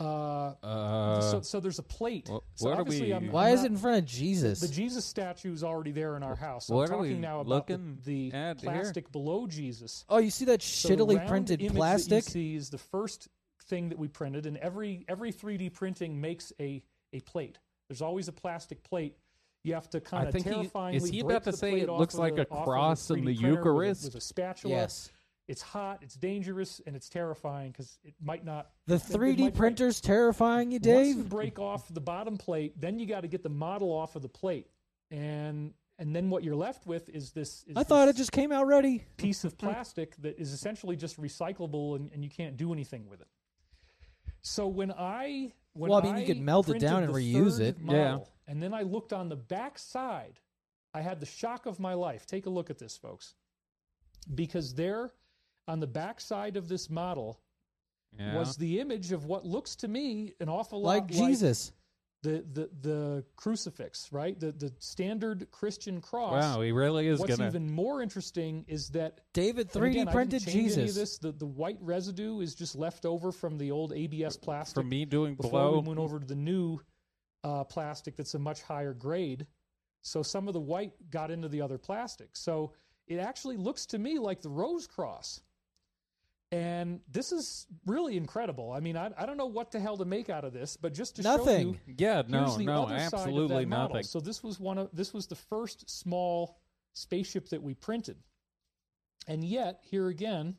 uh,
Uh,
so, so there's a plate.
wh-
so
what are
obviously
we-
I'm- I'm
Why is
not-
it in front of Jesus?
the Jesus statue is already there in our house.
what are
I'm
we
talking now about the-
looking
the,
at here?
plastic below Jesus.
Oh, you see that
So the
shittily
round
printed
image
plastic?
That you see is the first thing that we printed, and every every 3D printing makes a a plate. There's always a plastic plate. You have to kind
I
of
think he-
terrifyingly.
is he
break
about to
the
say
plate
it
off
looks
of
like
the-
a
off of
cross in
3D
the
printer with a- with a,
Eucharist?
spatula.
Yes.
It's hot. It's dangerous, and it's terrifying because it might not.
The
it- it
3D
might break.
printer's terrifying you,
Once you
Dave?
break off the bottom plate, then you got to get the model off of the plate, and and then what you're left with is this. Is
I thought
this
it just came out ready.
piece of plastic that is essentially just recyclable, and, and you can't do anything with it. So when I when
Well, I mean, you could melt it
printed
down and
the
reuse
third
it. Yeah.
model, and then I looked on the back side. I had the shock of my life. Take a look at this, folks, because there, on the back side of this model,
yeah.
was the image of what looks to me an awful lot
Like Jesus.
the the the crucifix, right? The the standard Christian cross.
Wow, he really is
What's
gonna.
even more interesting is that
David
and
3D
again, I didn't
printed
change any of
Jesus.
this. The, the white residue is just left over from the old ABS plastic.
for me doing
before
blow,
we went over to the new uh, plastic that's a much higher grade. So some of the white got into the other plastic. So it actually looks to me like the Rose Cross. And this is really incredible. I mean, I, I don't know what the hell to make out of this, but just to show you,
Nothing.
yeah, no,
Here's the
no,
other side of that
absolutely
model.
nothing.
So this was one of this was the first small spaceship that we printed, and yet here again,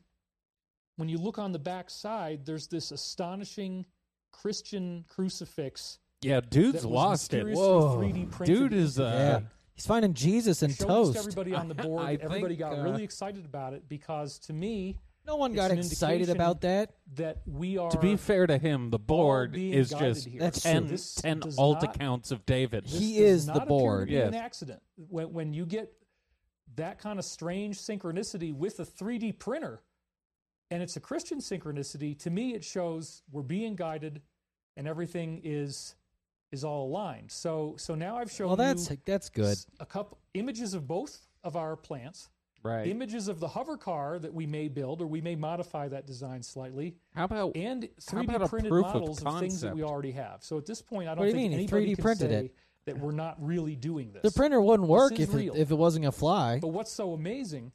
when you look on the back side, there's this astonishing Christian crucifix.
yeah, dude's
that was
lost it.
mysteriously
Whoa.
3D printed.
Dude is uh,
yeah. He's finding Jesus and
Showed this
toast.
to everybody on the
*laughs* I-
board.
I
everybody
think,
got
uh,
really excited about it because to me
no one
It's
got
an
excited
indication
about that.
that we are
To be fair to him, the board
being
is
guided
just
here.
That's
ten,
true.
This
10
does
alt
not-
accounts of David.
This
He
does
is the
not appear to
board.
be An
Yes.
accident. When, when you get that kind of strange synchronicity with a 3D printer, and it's a Christian synchronicity, to me it shows we're being guided, and everything is is all aligned. So so now I've shown
Well, that's
you
that's good.
s- a couple images of both of our plants,
Right.
images of the hover car that we may build or we may modify that design slightly,
How about
and
How
3D
about a
printed
proof of
models of, things that we
concept?
already have. So at this point, I don't
What do you
think
mean? He
anybody
3D
can
printed
say
it.
that we're not really doing
The
this.
printer wouldn't work
is
if it,
real.
if it wasn't a fly.
but what's so amazing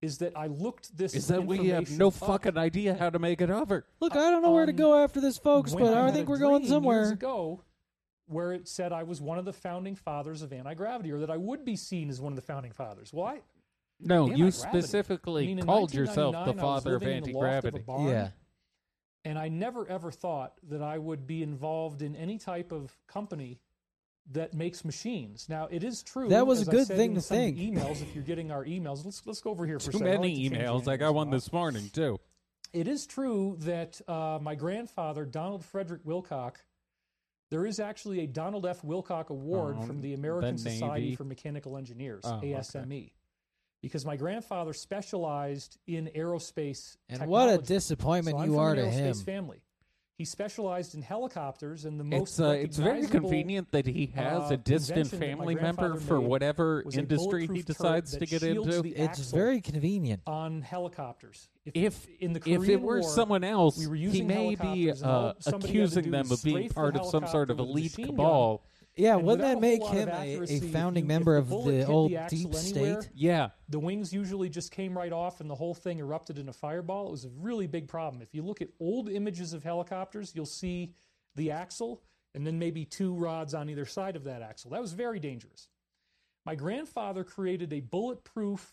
is that I looked this.
is that we have
information
no
up
fucking idea how to make it hover?
Look, I don't know where to
on-
go after this, folks,
um, when
but I
had
think
a
we're going
dream Years
somewhere.
ago, where it said I was one of the founding fathers of anti gravity, or that I would be seen as one of the founding fathers. Well, I,
No, you
anti-gravity.
specifically
I mean, in
called yourself the
1999, I was
father of
living in
anti
the loft of a
gravity.
barn,
Yeah.
and I never ever thought that I would be involved in any type of company that makes machines. Now it is true
That was a
as I
good
said
thing
in
to
some of the
think.
Emails, if you're getting our emails, let's let's go over here for a
Too
second. I
many
like to change
emails. I
angles
got
a
one
lot.
this morning too.
It is true that uh, my grandfather Donald Frederick Wilcock. There is actually a Donald F. Wilcock Award
Oh,
from the
the
American Society
Navy.
for Mechanical Engineers
Oh, okay.
(ASME) E, because my grandfather specialized in aerospace.
And what a
technology.
disappointment
So I'm
you
from
are
an
to him.
aerospace Family. He specialized in helicopters, and the most
It's uh, it's very
recognizable
convenient that he has
uh,
a distant
invention that my
family member
grandfather
for
made
whatever
was a
industry he
bulletproof turret
decides
that
to get
shields
into.
the
It's
axle Uh,
very convenient.
on helicopters.
If
in the
if it
Korean
were
War,
someone else,
we were
he
using
may be
helicopters and all
uh,
somebody had to do
accusing them
was
of being
strafe the
part of some sort of
helicopter with a
elite
machine gun.
cabal.
Yeah,
And
wouldn't
without
that
a
make
whole lot of
him a,
accuracy,
a
if you-
founding
if
member
the
of
bullet
the
hit
old
the axle
deep
anywhere,
state?
Yeah,
The wings usually just came right off, and the whole thing erupted in a fireball. It was a really big problem. If you look at old images of helicopters, you'll see the axle and then maybe two rods on either side of that axle. That was very dangerous. My grandfather created a bulletproof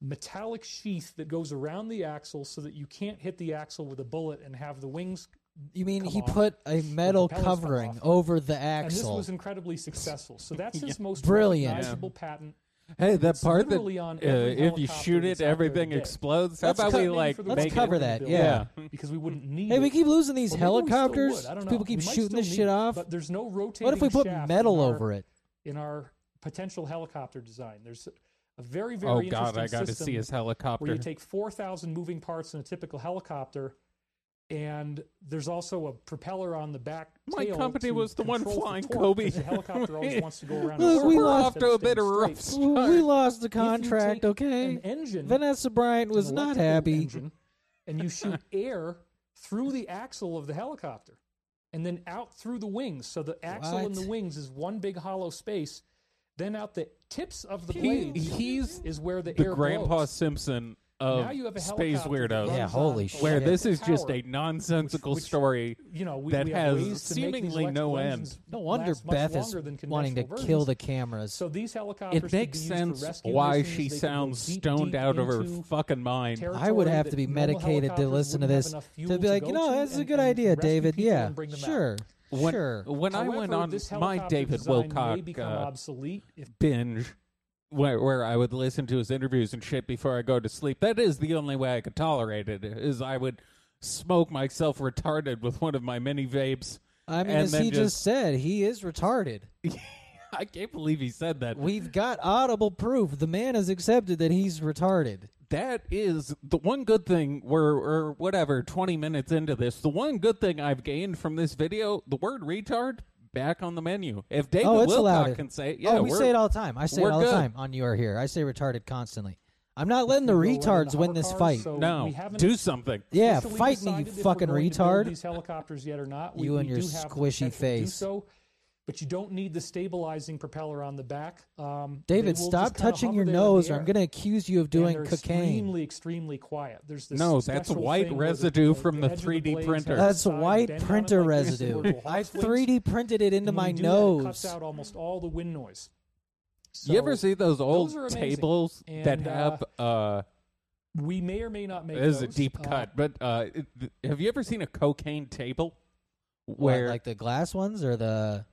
metallic sheath that goes around the axle so that you can't hit the axle with a bullet and have the wings.
You mean
Come
he
on.
put a metal
propellers come
covering
off.
over the
And this
axle?
was incredibly successful.
*laughs*
So that's his most
Brilliant.
recognizable patent.
Hey, that
It's
part that
literally on
uh,
every
if you
helicopter
shoot
that's
it,
out there
everything
today.
explodes. How
Let's
about
cut-
we
Maybe
like
for the
let's
make
ones
it?
cover
we're gonna
that,
build,
yeah.
because we wouldn't need.
hey, we
it.
keep losing these
Or maybe we still
helicopters.
would. I don't know.
People keep
We might
shooting
still
this
need
shit
it,
off.
But there's no rotating.
What if we put
shaft
metal
in our-
over it?
in our potential helicopter design? There's a very very
Oh God,
interesting
I got to
system
see his
where
helicopter.
you take four thousand moving parts in a typical helicopter, and there's also a propeller on the back.
My
tail
company
to
was the one
control for
flying
torque,
Kobe.
because The
*laughs*
helicopter always wants to go around. in
Look, *laughs* we
circles
lost-
instead of
off to a bit of
staying
a rough
straight.
start.
Well, We lost the
If you
contract,
take
okay?
An engine.
Vanessa Bryant was
an
not
electrical
happy.
engine, and
*laughs*
you shoot air through the axle of the helicopter and then out through the wings. So the axle and
What?
the wings is one big hollow space. Then out the tips of the
He,
blades
he's
is where the,
the
air
Grandpa
blows.
Simpson
now
of
you have a
space
helicopter that
weirdos.
runs
Yeah,
on
holy
electric
Where
shit.
this is just
power.
a nonsensical
which-
story.
you know we,
that
we
has
have ways to make these
seemingly
electrical
no
engines
end.
No wonder
last much
Beth is
longer than
wanting to
conventional
kill
versions.
the cameras.
So these helicopters
It
could
makes
be used for
sense
rescue
why
missions.
she
They could go
sounds
deep,
stoned
deep
out of her
into
fucking mind.
I would
territory
have
that
to be
normal
medicated to
helicopters
listen to
wouldn't have
this
enough fuel
to be
to
like,
go
you know,
to
that's a
and-
good
and
idea,
rescue
David.
people
Yeah,
and bring them out.
sure,
When,
sure.
when I
However,
went on
this
my
helicopter
David
design may
Wilcock
become
uh,
obsolete if
binge where, where I would listen to his interviews and shit before I go to sleep. That is the only way I could tolerate it is I would smoke myself retarded with one of my many vapes.
I mean,
and
as
then
he just said, he is retarded.
*laughs* I can't believe he said that.
We've got audible proof. The man has accepted that he's retarded.
That is the one good thing we're or whatever 20 minutes into this. The one good thing I've gained from this video, the word retard back on the menu. If David
oh, it's allowed.
Wilcock
it.
can say it, yeah,
oh, we
we're-
say it all the time. I say it
we're
all the
good.
time on You Are Here. I say retarded constantly. I'm not letting the
We're letting the
retards win
hover
this
cars,
fight.
so we
no,
haven't
do something.
yeah,
officially
fight me, you
decided if we're
fucking
going to build
retard.
These helicopters, yet or not? We,
You
we
and your
do have the
squishy
potential to do
face.
so, but you don't need the stabilizing propeller on the back. Um, they
David,
will just
stop
kinda
touching
hover
your
there in the
nose, or I'm
air.
going to accuse you of
And
doing
they're
cocaine.
Extremely, extremely quiet. There's this
No, that's
special
white
thing where the-
residue
the
from the
edge of
3D
blades
printer.
have a
That's
side and
white
bend on it
printer
like this,
residue.
and we're little
I
hot swings.
3D printed it into
And when
my
you do that, it
nose.
cuts out almost all the wind noise. So
you ever see those old
are amazing.
tables that
And,
have uh,
We may or may not make.
this is a
those.
deep
Uh,
cut, but uh, it- th- have you ever seen a cocaine table?
What,
Where
like the glass ones or the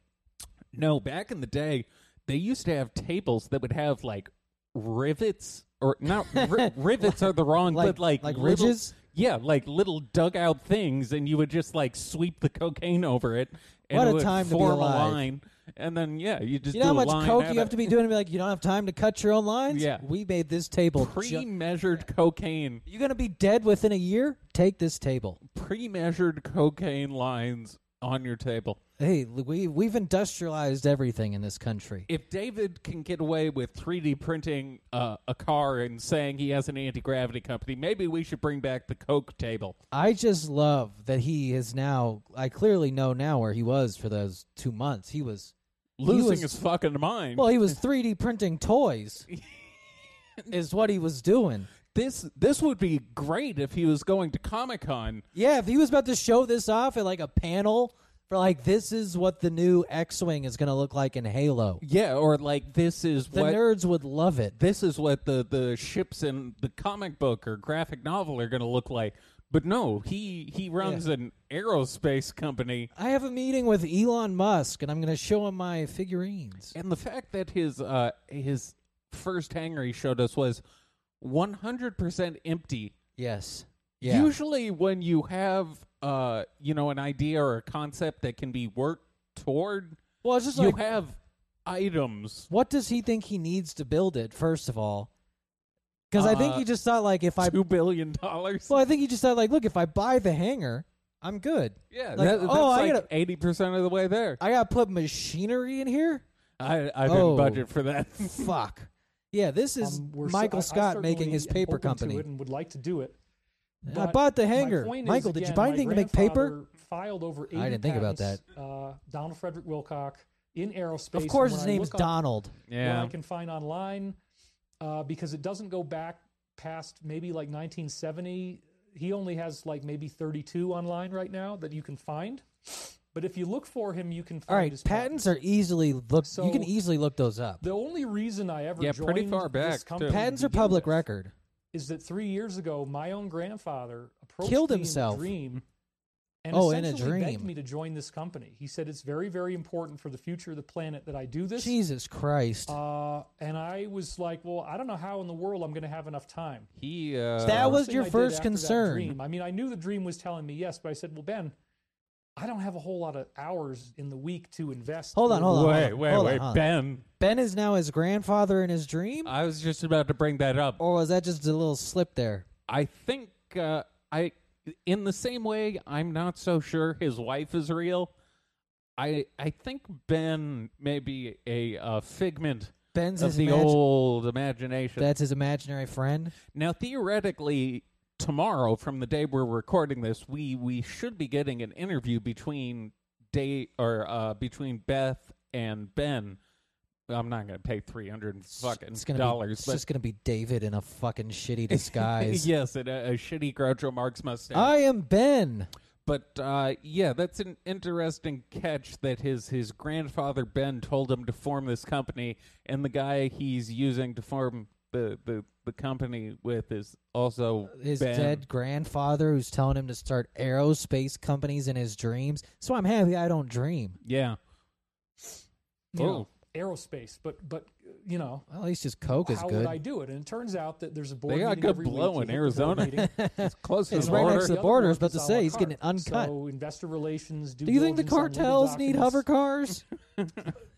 no, back in the day, they used to have tables that would have like rivets or not
*laughs*
ri- rivets are the wrong,
like
but like
like
little-
ridges?
Yeah, like little dugout things, and you would just like sweep the cocaine over it, and
What
it
a
would
time to be
form
alive.
a line, and then yeah, you just
You know how
do a
much
line
coke
out
you have
of-
to be doing to be like, you don't have time to cut your own lines?
Yeah.
We made this table. ju-
pre-measured cocaine,
You're going to be dead within a year? Take this table.
pre-measured cocaine lines on your table.
Hey, l- we, we've industrialized everything in this country.
If David can get away with 3D printing uh, a car and saying he has an anti-gravity company, maybe we should bring back the coke table.
I just love that he is now. I clearly know now where he was for those two months. He was he
Losing
was-
his fucking mind.
Well, he was 3D
*laughs*
printing toys, is what he was doing.
this this would be great if he was going to Comic Con.
Yeah, if he was about to show this off at like a panel for like, this is what the new X Wing is going to look like in Halo,
Yeah, or like this is
the
what
nerds would love it.
this is what the, the ships in the comic book or graphic novel are going to look like. But no, he he runs an aerospace company,
I have a meeting with Elon Musk and I'm going to show him my figurines.
and the fact that his uh his first hangar he showed us was one hundred percent empty.
Yes. Yeah.
Usually, when you have uh you know an idea or a concept that can be worked toward,
well, it's just
you
like,
have items.
what does he think he needs to build it, first of all? Because I think
Uh,
he just thought, like, if I.
Two billion dollars.
Well, I think he just thought, like, look, if I buy the hangar, I'm good.
Yeah,
like,
that-
oh,
that's
I
like
gotta-
eighty percent of the way there.
I got to put machinery in here?
I I
Oh.
didn't budget for
*laughs*
that.
Fuck. Yeah, this is
um, we're so-
Michael
I- I
Scott making
certainly
his
am
paper
open to
company.
it and would like to do it.
I
But
bought the
my
hanger.
point is,
Michael, did you
again,
buy
my
anything to make paper?
grandfather Filed over 80
I didn't think about
patents, Uh, Donald Frederick Wilcock in aerospace.
Of
and
course,
when
his
I
name's
look up
Donald.
yeah,
What I can find online uh, because it doesn't go back past maybe like 1970. He only has like maybe 32 online right now that you can find. But if you look for him, you can find
All right,
his
patents are easily looked. you can
So-
easily look those up.
The only reason I ever
Yeah,
joined
pretty far back,
this
too.
company to
patents are
begin
public
with
record.
is that three years ago my own grandfather approached
Killed
me
himself.
in a dream and
Oh, in a
essentially begged
dream.
me to join this company. He said it's very, very important for the future of the planet that I do this.
Jesus Christ,
Uh, and I was like, well, I don't know how in the world I'm going to have enough time.
he uh,
That was
First thing
your
I did
first
after that
concern.
dream- I mean, I knew the dream was telling me yes, but I said, well, Ben, I don't have a whole lot of hours in the week to invest.
Hold on,
in-
hold on.
wait wait
hold on,
wait
hold on.
Ben.
Ben is now his grandfather in his dream,
I was just about to bring that up.
or was that just a little slip there?
I think uh, I, in the same way, I'm not so sure his wife is real. I I think Ben may be a uh, figment
Ben's
of
his
the
imagi-
old imagination.
That's his imaginary friend.
now, theoretically, tomorrow, from the day we're recording this, we we should be getting an interview between day or uh, between Beth and Ben. I'm not going to pay three hundred fucking
it's gonna Be,
dollars,
it's
but
just gonna be David in a fucking
*laughs*
shitty
*laughs*
disguise.
yes, and a, a shitty Groucho Marx mustache.
I am Ben.
But uh, yeah, that's an interesting catch that his his grandfather Ben told him to form this company, and the guy he's using to form the the, the company with is also
his
Ben.
dead grandfather who's telling him to start aerospace companies in his dreams. So I'm happy I don't dream.
Yeah.
you
Oh.
know, aerospace. But, but uh, you know,
Well, at least his coke is
how
good.
would I do it? And it turns out that there's a board
They got
meeting
good
every
blow
week.
in
You hit the board
Arizona.
meeting.
It's close to
It's
the
right
border.
next to the
other
border. I
work
was about
is
to
à la
say, he's getting
carte.
uncut.
So investor relations. Due
do you think the
diligence on legal
cartels need
documents.
hover cars?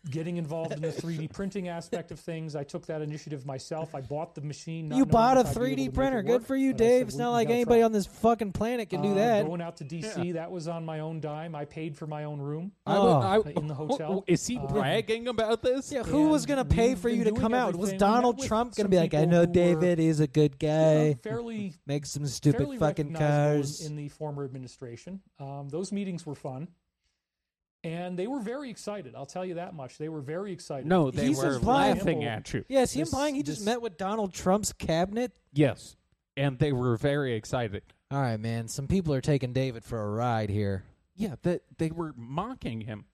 getting involved in the 3D printing aspect of things. I took that initiative myself. I bought the machine. *laughs* not
you
knowing
bought a
if I'd be able to
3D
make it
printer. Good
work,
for you,
but I said,
Dave. It's
"We-
not
we
like
gotta
anybody
try."
on this fucking planet can do
Uh,
that.
Going out to DC, that was on my own dime. I paid for my own room.
I would-
Oh.
I-
In the hotel.
*laughs* Is he
Um,
bragging about this?
Yeah, who was going to
And
pay
we've
for
been
you to
doing
come out? Was
everything. We met
Donald
with
Trump going to
some
be like, I
people
know
who were,
David is a good
uh,
guy,
fairly
makes some stupid
fairly
fucking
recognizable in-
cars?
in the former administration. Um, those meetings were fun, and they were very excited. I'll tell you that much. They were very excited.
No, they
He's
were
implying-
laughing at you.
yeah, is he
this-
implying he just
this-
met with Donald Trump's cabinet?
Yes. And they were very excited.
All right, man. Some people are taking David for a ride here.
Yeah, that they were mocking him.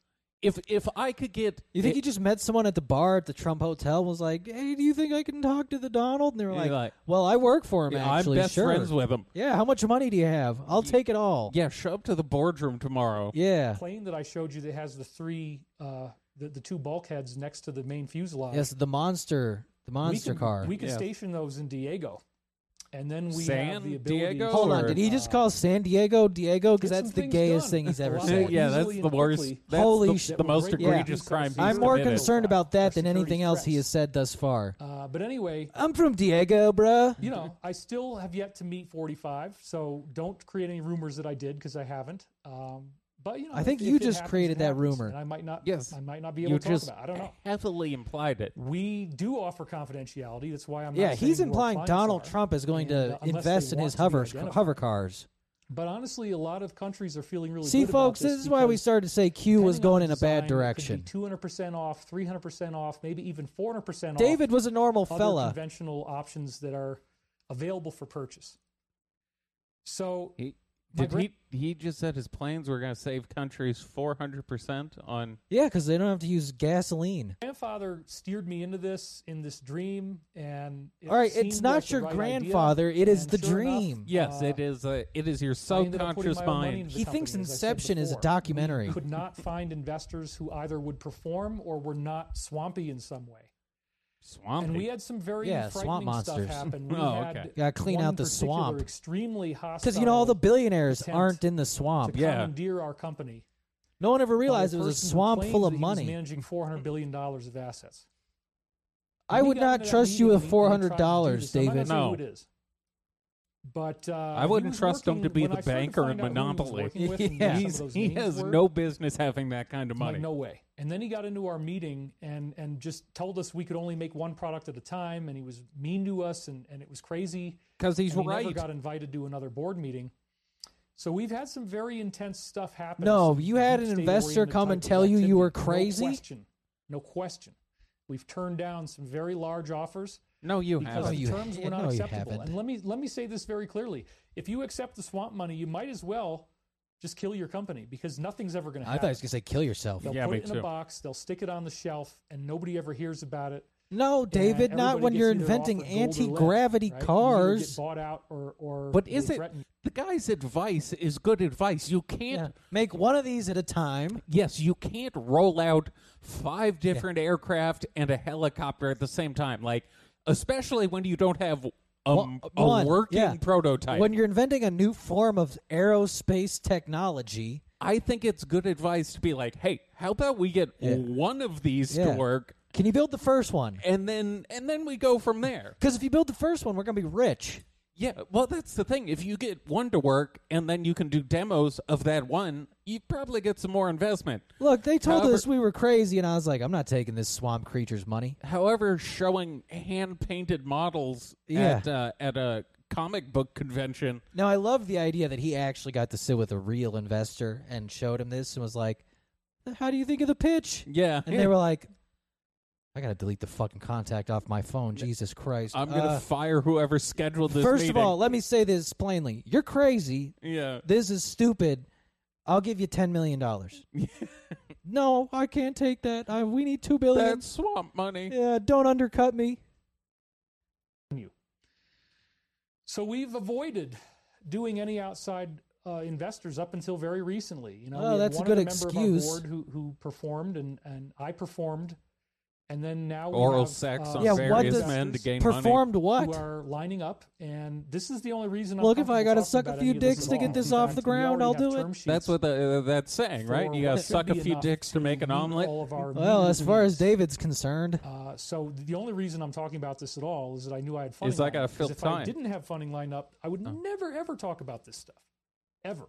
If if I could get
You think he just met someone at the bar at the Trump Hotel and was like, "Hey, do you think I can talk to the Donald?" And they were
You're
like,
like,
"Well, I work for him.
Yeah,
actually,
I'm best
sure.
friends with him.
Yeah, how much money do you have? I'll take it all.
*laughs* Yeah, show up to the boardroom tomorrow.
Yeah.
plane that I showed you that has the three, uh, the, the two bulkheads next to the main fuselage.
Yes, the monster, the monster
we could,
car.
We could
Yeah.
station those in Diego, and then we
San
have the ability. uh,
Diego?
Hold on,
Or-
did he just call San Diego Diego? Because
Get
that's
some
the
things
gayest
done.
thing he's ever
Yeah,
said.
yeah, that's
Easily
the
and
worst.
quickly.
That's
Holy
the,
sh-
the most
Yeah.
egregious crime. he's
I'm more
committed.
concerned about that than
Security
anything else he
threats.
has said thus far.
Uh, but anyway,
I'm from Diego, bruh.
you know, I still have yet to meet 45, so don't create any rumors that I did because I haven't. Um, but you know,
I think
if-
you
if it
just
happens,
created
it
that
happens,
rumor.
and I might not.
Yes.
I might not be able
You
to talk
just
about. It. I don't know.
heavily implied it.
We do offer confidentiality. That's why I'm.
Yeah,
not
he's
saying who our
implying
clients
Donald
are.
Trump is going
and, uh,
to
unless they
invest in
want
his
to be
hover
identified.
hover cars.
But honestly, a lot of countries are feeling really.
See,
good about
folks, this is why
because
we started to say Q was
depending on
going
the
in a bad
design, it could be
direction.
200% off, 300% off, maybe even 400%
David
off
was a normal
other
fella.
conventional options that are available for purchase. So
He,
My
did
gra-
he? He just said his plans were going to save countries four hundred percent on.
Yeah, because they don't have to use gasoline.
grandfather steered me into this in this dream and it
All right,
seemed
it's not
like the
your
right
grandfather,
idea,
it is
and
the
sure enough,
dream.
Yes,
uh,
it is. A, it is your
I ended up putting
subconscious
my own money
mind.
into the
He thinks
company, as I said
Inception is a
before.
documentary.
could not find investors who either would perform or were not swampy in some way.
Swampy.
*laughs* And we had some very
Yeah, swamp
frightening
monsters.
stuff happen.
*laughs*
We
Oh,
had
okay.
Gotta clean
one
out the
particular
swamp.
Extremely hostile.
Because you know all the billionaires
attempt
aren't in the
to
swamp.
yeah.
commandeer our company.
No one ever
by
realized it was a
person who
swamp
claims
full
that
of
he was
money.
managing four hundred billion dollars of assets.
I
When he
would
got
not
into that
trust you
meeting,
with
he- he
four hundred
tried to do
dollars,
this. I'm not
David.
gonna say
No.
who it is. But uh,
I wouldn't trust him to be the banker in
in
Monopoly. *laughs*
Yeah.
He's- he has no business having that kind of
I'm
money.
Like, no way. And then he got into our meeting and and just told us we could only make one product at a time, and he was mean to us, and, and it was crazy.
Because he's
and he
right.
never got invited to another board meeting. So we've had some very intense stuff happen.
No,
Some
you had
deep
an
state
investor
oriented
come and
type of
tell you you were
activity.
crazy?
No question. No question. We've turned down some very large offers
no, you
because
No,
haven't.
the
you
terms
ha-
were not
no, you
acceptable.
haven't.
And let me let me say this very clearly: if you accept the swamp money, you might as well just kill your company because nothing's ever going to
I thought
happen.
he was gonna say oh, kill yourself.
They'll
Yeah,
put
me
it in
too.
a box, they'll stick it on the shelf, and nobody ever hears about it.
No,
and
David, not
everybody
when
gets
you're
either
inventing
offered gold or lead,
anti-gravity
right? You either Get
cars.
bought out or, or
But
you're
is it
threatened.
the guy's advice is good advice? You can't.
Yeah. Make one of these at a time.
Yes, you can't roll out five different aircraft and a helicopter at the same time. Like, especially when you don't have a,
One-
a
one,
working
yeah.
prototype.
When you're inventing a new form of aerospace technology,
I think it's good advice to be like, "Hey, how about we get
Yeah.
one of these
Yeah.
to work,
can you build the first one?
and then and then we go from there."
Because if you build the first one, we're gonna be rich.
Yeah, well, that's the thing. If you get one to work, and then you can do demos of that one, you probably get some more investment.
Look, they told
However-
us we were crazy, and I was like, I'm not taking this swamp creature's money.
However, showing hand painted models
Yeah.
at uh, at a comic book convention
Now, I love the idea that he actually got to sit with a real investor and showed him this and was like, How do you think of the pitch?
Yeah.
And they were like, I got to delete the fucking contact off my phone. Jesus Christ.
I'm gonna
Uh,
fire whoever scheduled this.
first of
meeting.
all, let me say this plainly. You're crazy.
yeah,
This is stupid. I'll give you $10 million.
*laughs*
no, I can't take that. I, we need $2 billion.
that's swamp money.
Yeah, don't undercut me.
you. So we've avoided doing any outside uh, investors up until very recently. You know,
Oh,
we had
that's a
one
good
other member of our
excuse.
board who, who performed, and, and I performed And then now we
Oral
have,
sex
uh,
on
Yeah, what
various
does-
men to gain money.
Performed
who
what?
are lining up, and this is the only reason. I'm
Look, if I
got
gotta
to
suck a few dicks to get this off the ground, I'll do it.
That's what the, uh, that's saying, right? You got to
what
suck
should
a
be
few
enough
dicks to make an
meet
omelet.
All of our
Well,
meat
as far as
needs.
David's concerned,
Uh, so the only reason I'm talking about this at all is that I knew I had funding.
Is I
lined
gotta
up, 'cause
fill
if I
time. Oh.
didn't have funding lined up, I would never ever talk about this stuff, ever.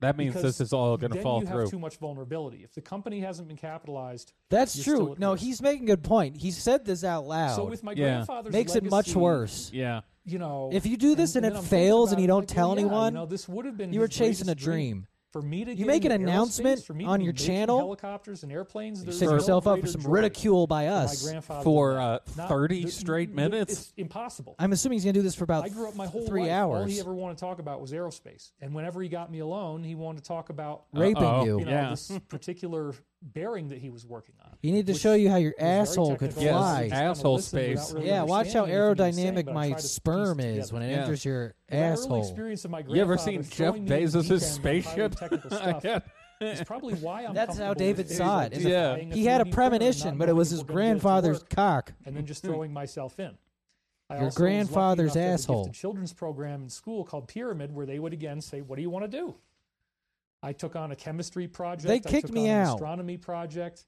That means
Because
this is all going to
then
fall
you
through.
Have too much vulnerability. If the company hasn't been capitalized,
that's
You're still
true.
at
No,
risk.
he's making a good point. He said this out loud.
so with my
Yeah.
grandfather's
makes it much
legacy,
worse.
yeah.
You know,
If you do this and
then
it
I'm thinking
fails and
about
you
it,
don't
like,
tell
well, yeah,
anyone,
you know, this would have been
you were
his
chasing a
greatest
dream.
For me to
You
get
make an
into
announcement
aerospace, for me to
on
be
your
making
channel,
helicopters and airplanes.
You
there's
set
no
yourself up for
greater
some
joy
ridicule by
than my
us.
grandfather
For,
did.
uh,
Not-
30
there-
straight
there-
minutes?
It's impossible.
I'm assuming he's gonna do this for about
I grew up my whole
three
life. All
hours,
he ever wanted to talk about was aerospace. And whenever he got me alone, he wanted to talk about uh,
raping
Uh-oh.
you.
you know,
Yeah. *laughs*
this particular bearing that he was working on.
You need to
which
show you how your
was very
asshole could
technical.
Yes,
fly.
Just kinda
asshole
listened without
space.
really
yeah, watch how
understanding anything he was saying,
aerodynamic
but I
my
tried to piece
sperm is
together.
when it
Yeah.
enters your
My early
asshole.
experience of my
You ever
grandfather
seen Jeff
showing me the
Bezos'
weekends of highly
spaceship? *laughs*
technical stuff
Yeah.
is probably why I'm
That's how
comfortable
David
with
saw it.
things
Yeah.
like flying
He had a
3D printer and
premonition,
not
but it
knowing
was
if
his
we're gonna get it to
grandfather's
work,
cock.
and then just throwing myself in. I
Hmm. Your
also was lucky enough
grandfather's
to have a
asshole.
gifted children's program in school called Pyramid, where they would again say, "What do you want to do?" I took on a chemistry project.
They
I
kicked
took
me
on an
out.
Astronomy project.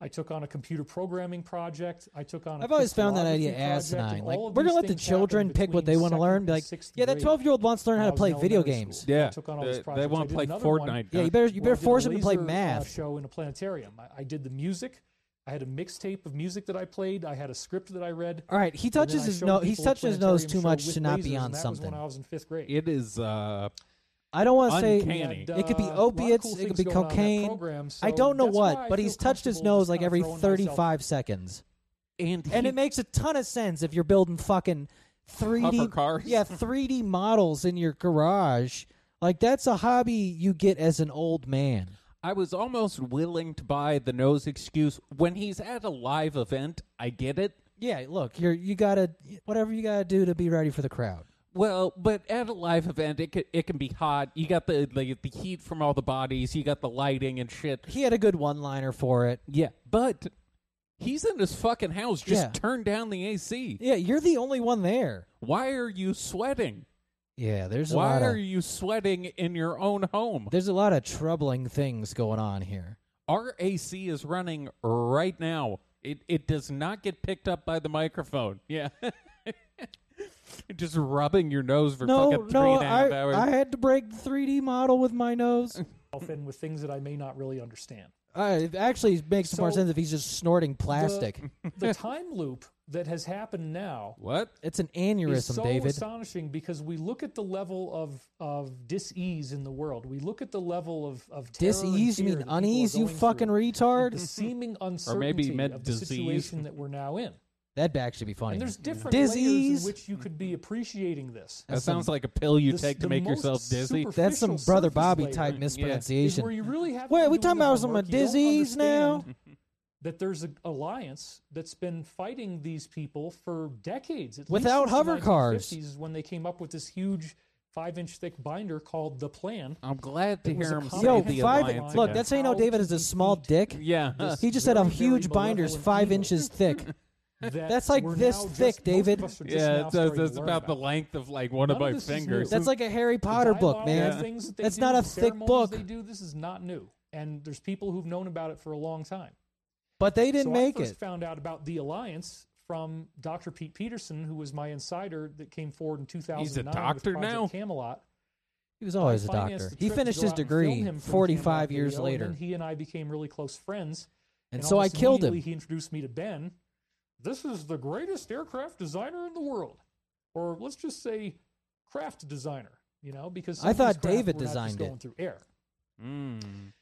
I took on a computer programming project. I took on. i
I've always found that idea asinine. Like we're gonna let the children pick what they want to learn. Be like, yeah, that twelve year old wants to learn how to play video games.
Yeah.
I took on all these
They- they
projects. I
wanna
did
play
another one
Fortnite.
Yeah, you better you
where
better
I did a
force him to play
laser, uh,
math.
show in a planetarium. I, I did the music. I had a mixtape of music that I played. I had a script that I read.
All right, he
and then
touches
I
his
showed
nose.
people
He's
a
touching his nose
planetarium
too
show
much
with
to not
lasers,
be
and
on
that was
something.
when I was in fifth grade.
It is uh
I don't want to
We
say.
Uncanny.
had,
It could be
uh, a lot of cool
opiates, it
things
could be
going on in that
cocaine.
program,
I
so
don't know
that's why
what,
I
but
feel
he's touched his
comfortable
nose
just
like
kinda
every
throwing myself-
35
*laughs*
seconds.
and,
And
he-
it makes a ton of sense if you're building fucking 3D
Hover cars.
Yeah, 3D models in your garage. Like that's a hobby you get as an old man.
I was almost willing to buy the nose excuse when he's at a live event. I get it.
Yeah, look, you're you got to whatever you got to do to be ready for the crowd.
Well, but at a live event, it can, it can be hot. You got the, the the heat from all the bodies. You got the lighting and shit.
He had a good one-liner for it.
Yeah, but he's in his fucking house. Just
Yeah.
turn down the AC.
Yeah, you're the only one there.
Why are you sweating?
Yeah, there's a
Why
lot
are
of
you sweating in your own home?
there's a lot of troubling things going on here.
Our AC is running right now. It it does not get picked up by the microphone. Yeah. *laughs* Just rubbing your nose for
No,
fucking three
no,
and a half
I,
hours.
I had to break the 3D model with my nose. *laughs*
myself in with things that I may not really understand.
Uh, it actually makes more
So,
sense if he's just snorting *laughs* plastic.
The time loop that has happened now
what?
it's an
is
aneurysm,
so
David.
astonishing because we look at the level of of dis-ease in the world. We look at the level of of terror and
Disease? You
fear
mean
that people are
unease? You
going
fucking
through. *laughs* The
retard.
seeming uncertainty
meant
of the
disease.
situation that we're now in.
That'd actually be funny.
And there's different layers
Disease?
in which you could be appreciating this.
That sounds like a pill you
the s-
take to
the
make
most
yourself dizzy.
superficial
That's some brother
surface
Bobby
layer
type
is
mispronunciation.
where you really have.
Wait,
to
we
do
talking
the
about some
homework. You don't
disease now?
understand That there's an alliance that's been fighting these people for decades. At least
Without
since the
hover cars.
1950s is when they came up with this huge five-inch thick binder called
*laughs*
the Plan.
I'm glad to
It was
hear
a
him
common
say
Yo,
the
five.
alliance.
Look,
again.
that's how you know
How
David
to
is a small
defeat
dick.
*laughs* yeah. *laughs*
this
He just had a
very, very
huge binder's
malevolent
five
evil.
inches
*laughs*
thick.
that
That's like
we're
this
now just-
thick,
most of
David.
us are just now
yeah, it's,
starting to
it's
learn
about the length of like one of
None
my
of this is new.
fingers.
That's like a Harry
The
Potter book,
dialogue, the
man.
things that they
That's
do,
not
the
a thick
ceremonies
book.
They do this is not new, and there's people who've known about it for a long time.
But they didn't
so
make
I first
it.
found out about the alliance from Dr. Pete Peterson, who was my insider that came forward in 2009. with
doctor
Project
now?
Camelot.
He was always a
I financed
doctor.
the
He
trip to
finished
go
his
out and
degree
film him for the
45
Camelot
years
video,
later.
And then he and I became really close friends.
And so I
almost
killed him.
immediately He introduced me to Ben. This is the greatest aircraft designer in the world, or let's just say, craft designer. You know, because some
I
of these
thought
craft
David
were not just
designed it.
going through air.
Mm.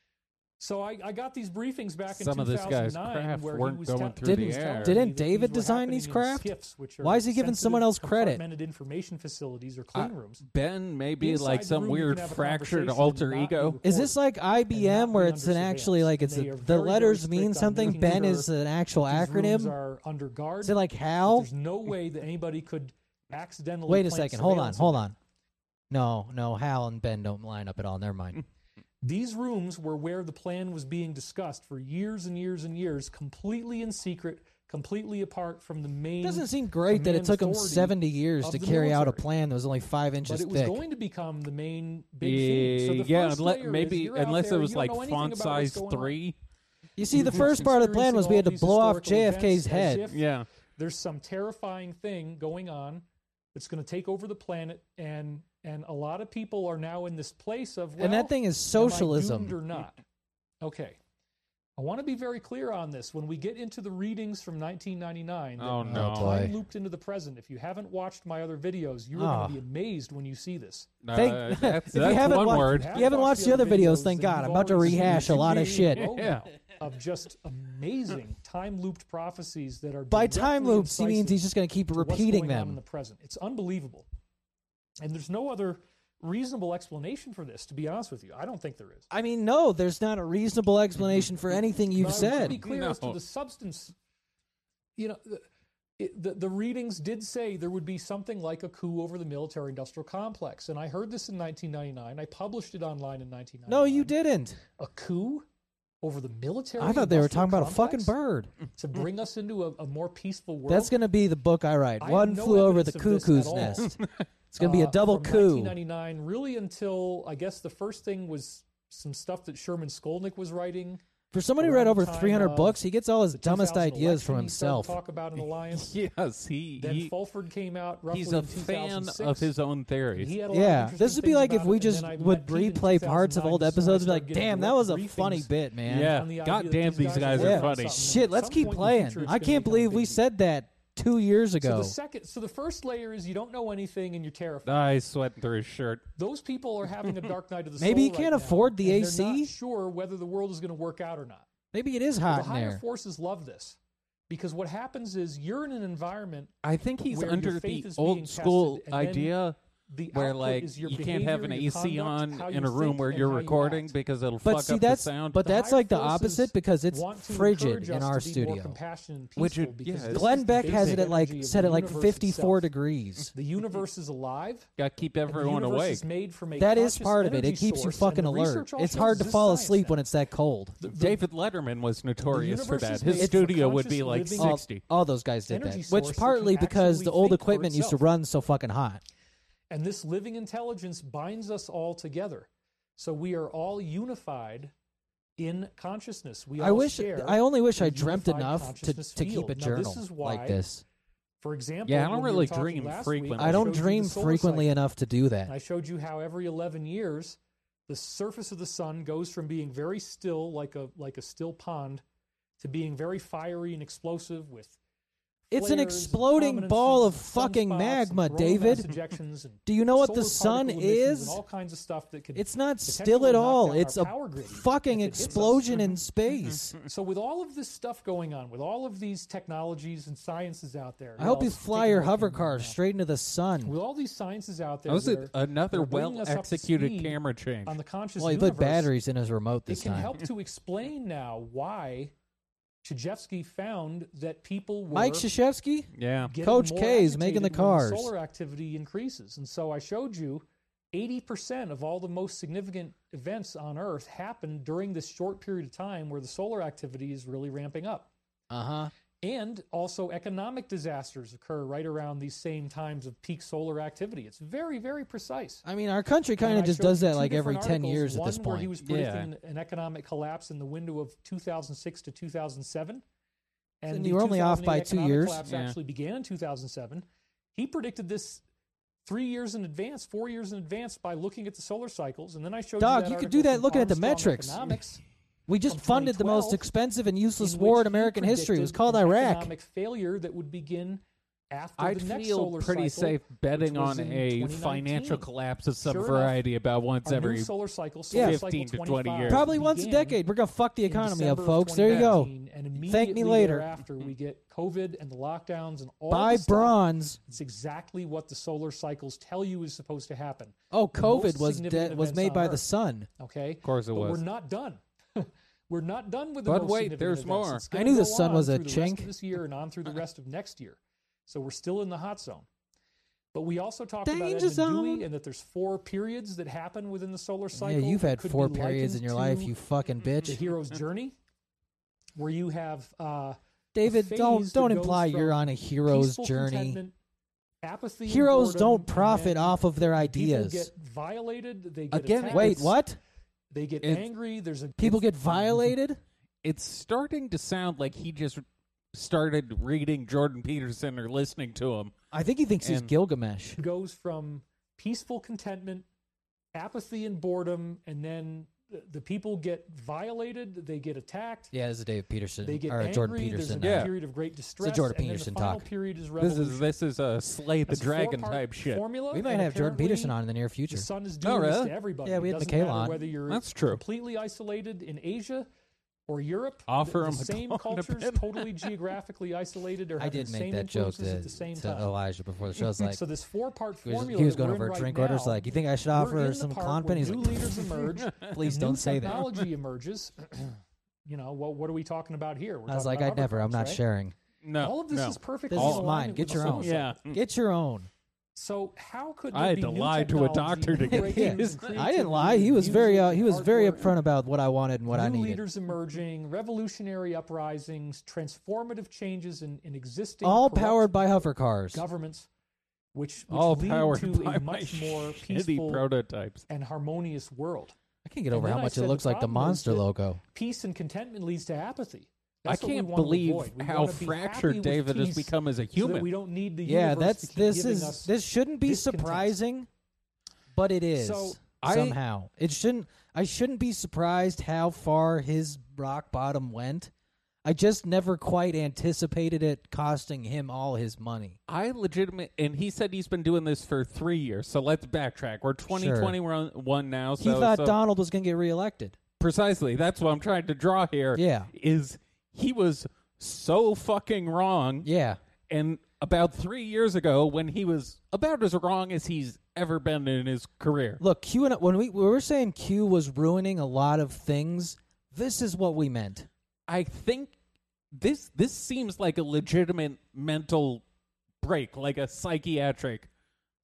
So I, I got these briefings back in
Some of this guy's
2009
craft
where
weren't
he was
going
telling-
through
the
he was
air.
telling me
Didn't
that these
David
were
design
happening
these
in
craft?
skiffs, which are
Why is he giving someone
sensitive
else credit?
compartmented information facilities or
Uh,
clean rooms.
ben may be
Inside
like
the
some
room, you can
weird
have a
fractured
conversation
alter
and not be
ego.
Is this like
not
IBM
be
where
under
it's an actually
surveillance.
like it's
And
a,
they
the
are very, very
letters
strict
mean
on
something?
making
Ben
sure
is an actual
These rooms
acronym.
are under guard.
Is it like
but
Hal?
There's no way that anybody could accidentally.
Wait a
plant
second. Hold on.
surveillance *laughs*
Hold on. No, no. Hal and Ben don't line up at all. Never mind.
These rooms were where the plan was being discussed for years and years and years, completely in secret, completely apart from the main.
Doesn't seem great that it
command
took them
authority
70 years
of
to
the
carry out a
military.
plan that was only five inches
But it was
thick.
going to become the main big theme. So
Yeah,
the
E, yeah
first
unle-
layer is
maybe
you're out
unless
there,
it was
you don't
like
know anything
font
about
size
what's going on.
three.
you see, the
You're
first part of the plan
experiencing
was we had to
all these
blow off
historical events
JFK's
as
head.
if
Yeah,
there's some terrifying thing going on that's going to take over the planet and and a lot of people are now in this place of well,
and that thing is
am I
socialism.
doomed or not okay i want to be very clear on this when we get into the readings from 1999 that
Oh,
are
no.
time
Boy.
looped into the present if you haven't watched my other videos you're
Ah.
going to be amazed when you see this
Uh,
Thank-
that's, *laughs*
If you
that's
haven't
one
wa-
word.
If you haven't watched the other videos, thank
then
God.
you've
I'm about to
already seen
rehash a
two
lot of
videos
shit.
in row
Yeah.
now of just
*laughs*
amazing time looped prophecies that are
By
directly
time loops, he means
incisive
he's just going to keep
to what's
repeating
going on in
them.
the present. It's unbelievable, and there's no other reasonable explanation for this. To be honest with you, I don't think there is.
I mean, no, there's not a reasonable explanation for anything you've
But I want to be
said.
clear as to
No.
the substance. You know, the, it, the the readings did say there would be something like a coup over the military-industrial complex, and I heard this in 1999. I published it online in 1999.
No, you didn't.
a coup over the military.
I thought they were
industrial
talking about a fucking
complex
bird.
to bring us into a, a more peaceful world.
That's going to be the book I write.
I have
One
no
flew over the
evidence of this at
cuckoo's
all.
nest. It's
*laughs*
going to be a
uh,
double
from
coup.
1999, really until I guess the first thing was some stuff that Sherman Skolnick was writing.
For somebody who read
around
over
the time
300
of
books, he gets all his
The
dumbest
2000
ideas from
election he started to
himself.
Talk about an *laughs* alliance.
Yes, he,
Then
he
Fulford came out. Roughly
he's a
in
fan
2006,
of his own
and he
theories.
had a lot of
Yeah,
interesting
this would be
things
like if
about it,
we
and
just
then I
would
met Pete in
replay parts of
2009,
old
so I
episodes and be
started
like,
getting
damn, that
direct
was a
briefings
funny bit, man.
Yeah.
on the idea
God
that
damn, these
are
guys are
working on
funny.
Shit,
something. At
let's
some
keep
point in the
playing.
future, it's
I
gonna
can't
become a
believe
big
we
deal.
said that two years
So
ago.
the second, so the first layer is you don't know anything and you're terrified.
I sweat through his shirt.
Those people are having a dark night of the
*laughs*
soul.
Maybe you
right
can't
now,
afford the
and they're not
AC?
sure whether the world is going to work out or not.
Maybe it is
the
hot in
higher
there.
forces love this because what happens is you're in an environment
I think he's
Where your
under
faith
the
is being
old school
tested, and then
idea
the
where
output
like
is your
you can't have an
behavior, your
AC
conduct, how
on
you
in a room
think,
where
and
you're
how you
recording
act.
because it'll
But
fuck
see,
up
that's
the sound.
but
The
that's
higher
like the
forces
opposite because it's
want to
frigid
encourage
in
us
our
to be more
studio.
compassionate and
Which
peaceful
it-
because
yeah,
this
Glenn
is the
Beck has
basic
it at like
energy of
set
the
at like
universe
54
itself.
degrees.
The universe is alive.
Gotta keep
and the
everyone
universe
awake.
Is made from a
That is
conscious
part of it. It
energy
keeps you
source,
fucking
and the
alert.
research all
It's
shows
hard to
this is
fall
science
asleep
now.
when it's that cold.
David Letterman was notorious for
universe
that.
is
His
made
studio
for
would be
conscious
like
living-
All,
60.
all those guys did that,
Energy
which
source that
partly
can
because
actually
the old
think for
equipment used to
itself.
run so fucking hot.
And this living intelligence binds us all together. So we are all unified in consciousness. We all
I wish
share
I only wish
a
I dreamt
unified
enough to,
consciousness
to keep
field.
a
Now,
journal
this is why,
like this.
For example,
Yeah, I don't
when we were
really
talking
dream
last week,
frequently.
I
I
don't
showed you the
dream
solar
frequently
cycle.
enough to do that.
And I showed you how every 11 years the surface of the sun goes from being very still like a like a still pond to being very fiery and explosive with
It's an
flares and
exploding
prominences
ball
and
of fucking
sunspots and
magma,
coronal mass
David.
ejections and
Do you know what the
solar
sun
particle emissions and
is?
all kinds of stuff that could
It's not
potentially
still at
knock
all.
down
It's
our
a
power grid
fucking
if it hits us.
explosion in space.
So with all of this stuff going on, with all of these technologies and sciences out there,
I hope
y'all
you
take
fly
a
your
look
hover
and,
car
uh,
straight into the sun.
With all these sciences out there,
That was a-
that are- that
another
are bringing
well
us up to
executed
speed
camera change.
on the conscious
Well, he
universe.
put batteries in his remote
It
this
can
time.
help to explain now why Chajevsky found that people were
Mike Shashevsky?
yeah.
getting
Coach
more
K is making the
agitated when
cars.
Solar activity increases, and so I showed you. 80% of all the most significant events on Earth happened during this short period of time where the solar activity is really ramping up.
Uh huh.
And also, economic disasters occur right around these same times of peak solar activity. It's very, very precise.
I mean, our country
And
kind
I
of just
showed
does
you
that
two
like every
different
10
articles,
years at
one
this
where he
point.
was
Yeah.
predicting an economic collapse in the window of 2006 to 2007. And
Then
the
you were only off by
2008
two
economic
years.
collapse
Yeah.
actually began in 2007. He predicted this three years in advance, four years in advance by looking at the solar cycles. And then I showed
Dog,
you that
you could do
article
that
from
looking at the
Armstrong
metrics.
Economics.
*laughs* We just
from
funded the most
2012,
expensive and useless
in
war
which
in
he
American history. It was
predicted
called
an
Iraq.
Economic failure that would begin after
I'd
the next
feel
solar
pretty
cycle,
safe betting
which was
on
in
a
2019.
financial collapse of some
Sure enough,
variety about once
Our
every.
new solar cycle, solar
Yeah.
cycle
15 to 20
25
years.
Probably once a
began
decade. We're going to fuck the
in
economy up,
December of
folks. There you go.
2019, And
Thank me
immediately
later.
Thereafter, we get COVID and the lockdowns and all.
Buy
this stuff.
bronze.
It's exactly what the solar cycles tell you is supposed to happen.
Oh,
The most
COVID was
significant
de- was
events
made
on
by the
Earth,
sun.
Okay, of
course it
but
was.
We're not done. *laughs* we're not done with the
But
most
wait,
significant
there's
events.
more.
It's gonna
I knew the
go
sun
on
was a
through the rest
chink.
of this year and on through the rest of next year. So we're still in the hot zone. But we also talked
Danger
about Edmund
zone.
Dewey and that there's four periods that happen within the solar cycle.
yeah, you've
that
had
could
four
be
periods in
likened
your life,
to
you fucking
the
bitch.
hero's journey, where you have uh,
David,
phase
don't
that
don't
goes
imply you're
from
on a hero's
peaceful
journey.
contentment, Apathy. and
Heroes
boredom,
don't
and
profit
then
off of their
people
ideas.
get violated. They get
Again,
attacked,
Wait, what?
They get
it's-
angry. There's a
People get
*laughs*
violated?
It's starting to sound like he just started reading Jordan Peterson or listening to him.
I think he thinks he's
And-
Gilgamesh.
goes from peaceful contentment, apathy and boredom, and then the- the people get violated. They get attacked.
Yeah, this is David Peterson
They get
or
angry.
Jordan
There's a
Peterson.
now. Yeah.
period of great distress.
Jordan
and then
Peterson
the final
talk.
Period is
This is
revolution.
this is a slay the
That's a
dragon
four-part
type shit.
Formula,
Uh, We might
and
have Jordan
apparently
Peterson on in the near future.
The sun is doing this
really?
to everybody.
Oh, Yeah, we
It
had
doesn't
Michaela
matter
on.
Whether you're
That's true.
completely isolated in Asia or Europe,
Offer
*laughs*
the, the
'em a
same
golden
cultures,
pen.
totally geographically isolated, or
I
have the
did make
same
that joke
influences
to,
at the same
to
time.
Elijah before
*laughs*
the show. I was like,
so this four-part
he was,
formula
he was
that
going
we're
over
in
a drink
right
orders
now,
like, you think I should
we're
offer
in
her
the
some
part
clonpen?
where
He's
new
like,
leaders emerge.
*laughs* please
and
don't
new
say that.
Technology emerges. *clears throat* you know, well, what are we talking about here? We're
I was
talking
like,
about
I never. I'm not
hovercrafts, right?
sharing.
No,
All of this
no.
is perfectly
This
in
is
alignment
mine.
with
Get
the
your
solar
own.
cycle.
Yeah.
Get your own.
So how could
I
there
had
be
to
new
lie to a
technology,
doctor
*laughs*
to get
breakthroughs
Yeah.
in
his-
I didn't
creativity,
lie. He was very
music,
uh, he was very
artwork,
upfront about what I wanted and what
new
I needed.
leaders emerging, revolutionary uprisings, transformative changes in, in existing
All
corrupt
powered by hover cars.
governments, which, which
all
lead
powered
to
by
a
my *laughs*
much more
shitty
peaceful
prototypes.
and harmonious world.
I can't get
And
over
then
how
I
much
said
it
the
looks like the
problem is
monster
that
logo.
Peace and contentment leads to apathy.
I
That's what we
can't
want to
believe
avoid. We
how
want to be happy
fractured
with
David has
peace
become as a
so that
human.
we don't need the
Yeah,
universe to
that's
keep
this
giving
is
us
this shouldn't be
discontent.
surprising, but it is
So,
I-
somehow. It shouldn't. I shouldn't be surprised how far his rock bottom went. I just never quite anticipated it costing him all his money.
I legitimate, and he said he's been doing this for three years. So let's backtrack. We're 2021 one now.
He
So,
thought
so-
Donald was going to get reelected.
precisely. That's what I'm trying to draw here.
Yeah.
is he was so fucking wrong.
Yeah,
And about three years ago, when he was about as wrong as he's ever been in his career,
Look, Q and when we, we were saying Q was ruining a lot of things, this is what we meant.
I think this this seems like a legitimate mental break, like a psychiatric.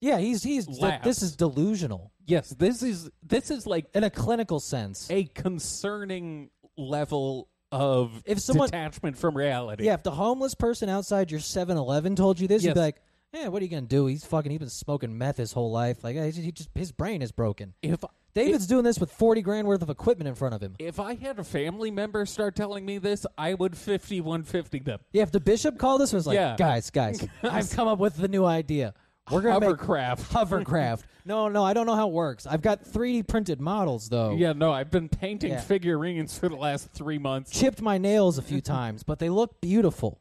Yeah, he's he's like, this
Lapse.
is delusional
Yes, this is this is like
in a clinical sense.
a concerning level of
If someone-
detachment from reality.
Yeah, if the homeless person outside your 7-Eleven told you this, you'd
Yes.
be like, "Eh, what are you gonna do? He's fucking. He's been smoking meth his whole life. Like, eh, he just, he just- his brain is broken."
If
David's doing this with forty grand worth of equipment in front of him.
if I had a family member start telling me this, I would fifty one fifty them.
Yeah, if the bishop called this, and was like,
Yeah. *laughs*
"Guys, guys, I've come up with the new idea. We're gonna make
Hovercraft.
*laughs* hovercraft. no, no, I don't know how it works. I've got three D printed models though.
Oh.
Yeah, no, I've been painting
Yeah.
figurines for the last three months.
chipped my nails a few *laughs* times, but they look beautiful.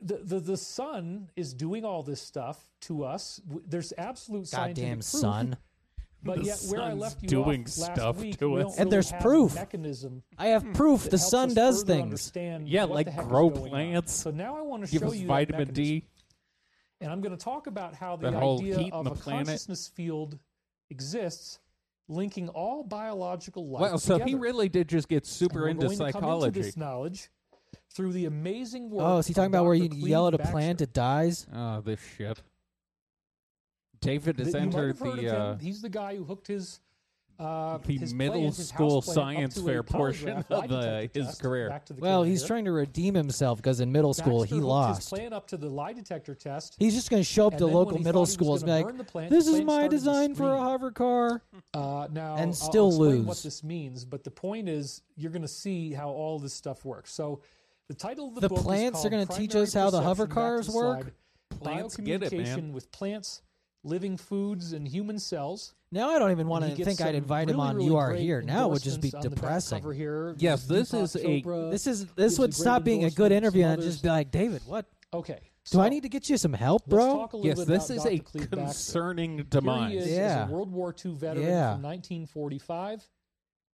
the, the the sun is doing all this stuff to us. W- There's absolute *laughs*
Goddamn
scientific proof,
sun.
But
The
yet, where I
sun's
left you
doing
off
stuff
last week,
to
we don't
us.
Really
And there's
have a
proof.
mechanism.
I have proof
that
the
helps
sun
us
does
further
things.
Understand
Yeah,
what
like
the heck is
grow
going on.
plants,
So now I want to
Give
show
us
you that
vitamin
mechanism.
D.
And I'm going to talk about how the
That whole heat
idea
and
of
the
a
planet.
consciousness field exists, linking all biological life.
Wow, so he
together.
really did just get
And
super
we're
into
going to come
psychology.
this knowledge through the amazing work.
Oh, is he
of
talking about where
Dr.
you yell at a
Cleve
plant,
Baxter.
it dies?
oh, this shit. David has
that you might
entered
have heard
the
of him.
uh,
He's the guy who hooked his uh,
the
his
middle
plant, his
school
houseplant up
science
to a
fair portion *laughs* of
polygraph lie
the-
detector
his
test.
career.
Back to the
Well,
camera
he's
here.
trying to redeem himself because in middle school
Baxter
he
hooked
lost.
His plant up to the lie
*laughs*
detector test.
He's just going to show up
And
to
then when
local
he
middle
thought he was
schools and be
gonna
like,
burn the plant,
"This
the
is
plant
my
started to
design for a
scream."
hover
*laughs*
car."
Uh, now,
And
I'll-
still
I'll explain what
lose.
this means, but the point is, you're going to see how all this stuff works. So, the title of the,
The
book is
plants are gonna
called
teach
Primary
us how the
Perception.
hover
Back to
cars
the
work?
slide.
uh, Plants get it, man.
Biocommunication with plants, living foods, and human cells.
Now I don't even want
He
to
gets
think I'd
some
invite him
really,
on
really
You Are
great
Here. Now it would just be
endorsements on the back
depressing.
cover here.
Yes,
There's
this is
Deepak
a-
Chopra,
This is
gives
this
a
would
great
stop being a good
endorsement, some
interview and I'd
others.
just be like, "David, what?
okay.
Do
so
I need to get you some help,
let's
bro?"
talk a little
Yes,
bit
this
about
is
Dr.
a
Cleve Baxter.
concerning
Here
demise.
he is
Yeah.
as a World War II veteran
Yeah.
from 1945,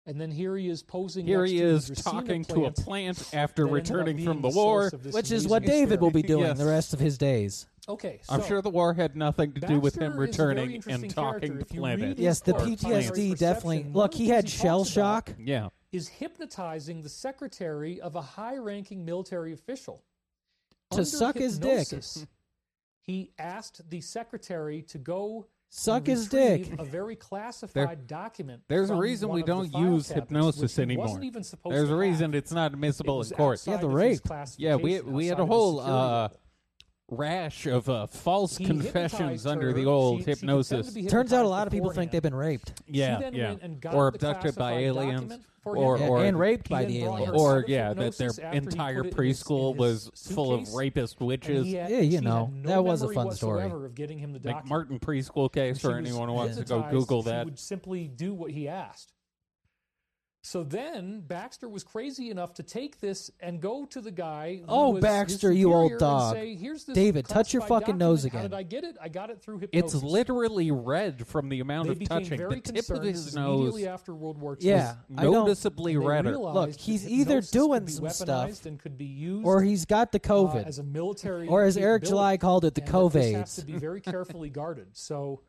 and then here he is posing.
Here
next
he
to
is
his Dracaena
talking to a
plant
plant
that
after
ended up
returning
being
from the
source
war.
of this
Which is what
amazing
David will be doing
Yes.
*laughs*
the rest of his days.
Okay, so
I'm sure the war had nothing to do with him
Baxter is a very
returning and
interesting
talking
character.
to
If you read
planets.
his
Yes, the
or
book,
PTSD
Primary
plants.
definitely.
Perception, one
Look,
of
he
the
had
things he
shell
talks about
shock.
Yeah.
is hypnotizing the secretary of a high-ranking military official
To suck his dick.
his dick. He asked the secretary to go
Suck
and
his dick.
retrieve A very classified document.
There's a
from
reason
one
we
of the
don't
file
use
cabinets, which
hypnosis
he
anymore.
Wasn't even supposed
There's
to
a reason
have.
it's not admissible
was
in court.
outside
Yeah, the
of his
rape.
Yeah, we
classification,
we had a
outside of his
whole
security
uh,
level.
rash of uh, false
He
confessions
hypnotized
under
her.
the old
She- she could
hypnosis.
pretend to be
Turns out a
hypnotized
lot of people think
beforehand.
they've been raped.
She
Yeah,
then
yeah.
went and got
Or
the
abducted by
classified
aliens,
document for him.
or
Yeah,
or
and raped
He
by
then
the
brought her
aliens.
out
or
of
yeah, that their
hypnosis after he
entire
put it in his-
preschool
in
was
his
full of
suitcase,
rapist
and
witches.
he had-
Yeah,
and
you
she had
know,
no
that was a
memory
fun story.
whatsoever Of getting him the
Like
document.
Martin preschool case
She
for
was
anyone who wants to go
hypnotized,
Google
She
that.
would simply do what he asked. So then Baxter was crazy enough to take this and go to the guy. who
Oh,
was his
Baxter, you old
superior and
dog.
say, Here's this
David, touch your
classified
fucking nose
document. How
again."
did I get it? I got it through hypnosis.
It's literally red from the amount
They
of
became
touching.
very
The tip of
concerned. This
his
is
nose
immediately after World War II.
Yeah, I don't-
noticeably
And they
redder.
realized
Look,
that
he's
hypnosis
either
could
doing
be
some stuff,
weaponized and could be used
Or he's got the
uh,
COVID.
as a military,
Or as Eric July
capability,
called it, the
and that This
COVIDs.
has to be very carefully guarded. So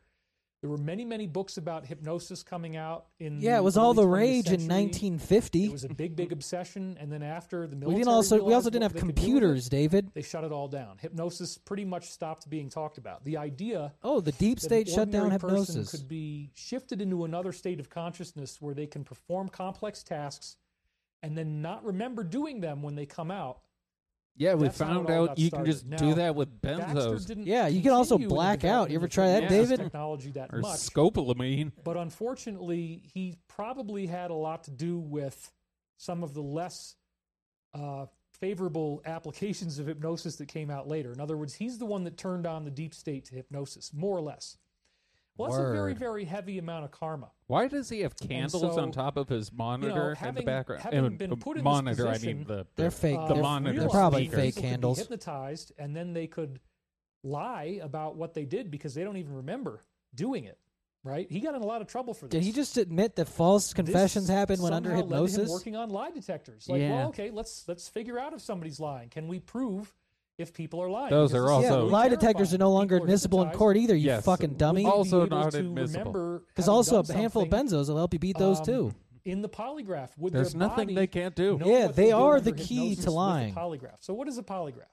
there were many, many books about hypnosis coming out in.
yeah,
the
it was all
early
the rage
20th
in
century. It
1950.
was a big, big obsession, and then after the military,
We didn't also we
realized
also didn't
what
have
they could do with it,
computers, David.
They shut it all down. Hypnosis pretty much stopped being talked about. The idea
Oh, the deep
that
state
an
shut down
ordinary person
hypnosis.
could be shifted into another state of consciousness where they can perform complex tasks and then not remember doing them when they come out.
Yeah, we
That's how it
found
all
out
got
you can
started.
just
Now,
do that with
Baxter
benzos
didn't
Yeah, you can also
continue in the
black out. You
development
ever
of
try that,
hypnosis
David?
Technology that
or
much,
scopolamine.
but unfortunately, he probably had a lot to do with some of the less uh, favorable applications of hypnosis that came out later. In other words, he's the one that turned on the deep state to hypnosis, more or less. Well, that's a very,
Word.
very heavy amount of karma.
Why does he have candles
so,
on top of his monitor in the
having-
background?
having
and
been
the
put in this
monitor, I
position,
mean the
They're fake.
Uh,
the
they're,
monitor
They're
realized
probably
speakers.
that
fake
people could be
handles.
hypnotized, and then they could lie about what they did because they don't even remember doing it. Right? He got in a lot of trouble for this.
Did he just admit that false
This
confessions happened when under
somehow led to him
hypnosis?
working on lie detectors. Like,
Yeah.
well, okay, let's let's figure out if somebody's lying. Can we prove if people are lying?
Those
Because
are
this is
Yeah,
also-
really
lie detectors are
terrifying.
no longer
People are
admissible in
hypnotized.
court either. You
Yes.
fucking
Would
dummy.
they be
Also
able
not
to
admissible.
remember
Because
having
also
done
a handful of
something,
benzos will help you beat those
um,
too.
in the polygraph. Would
There's
their
nothing
body
they can't do.
know
Yeah,
what
they
did
are
under
the key
hypnosis
to
with the
lying.
Polygraph. So what is a polygraph?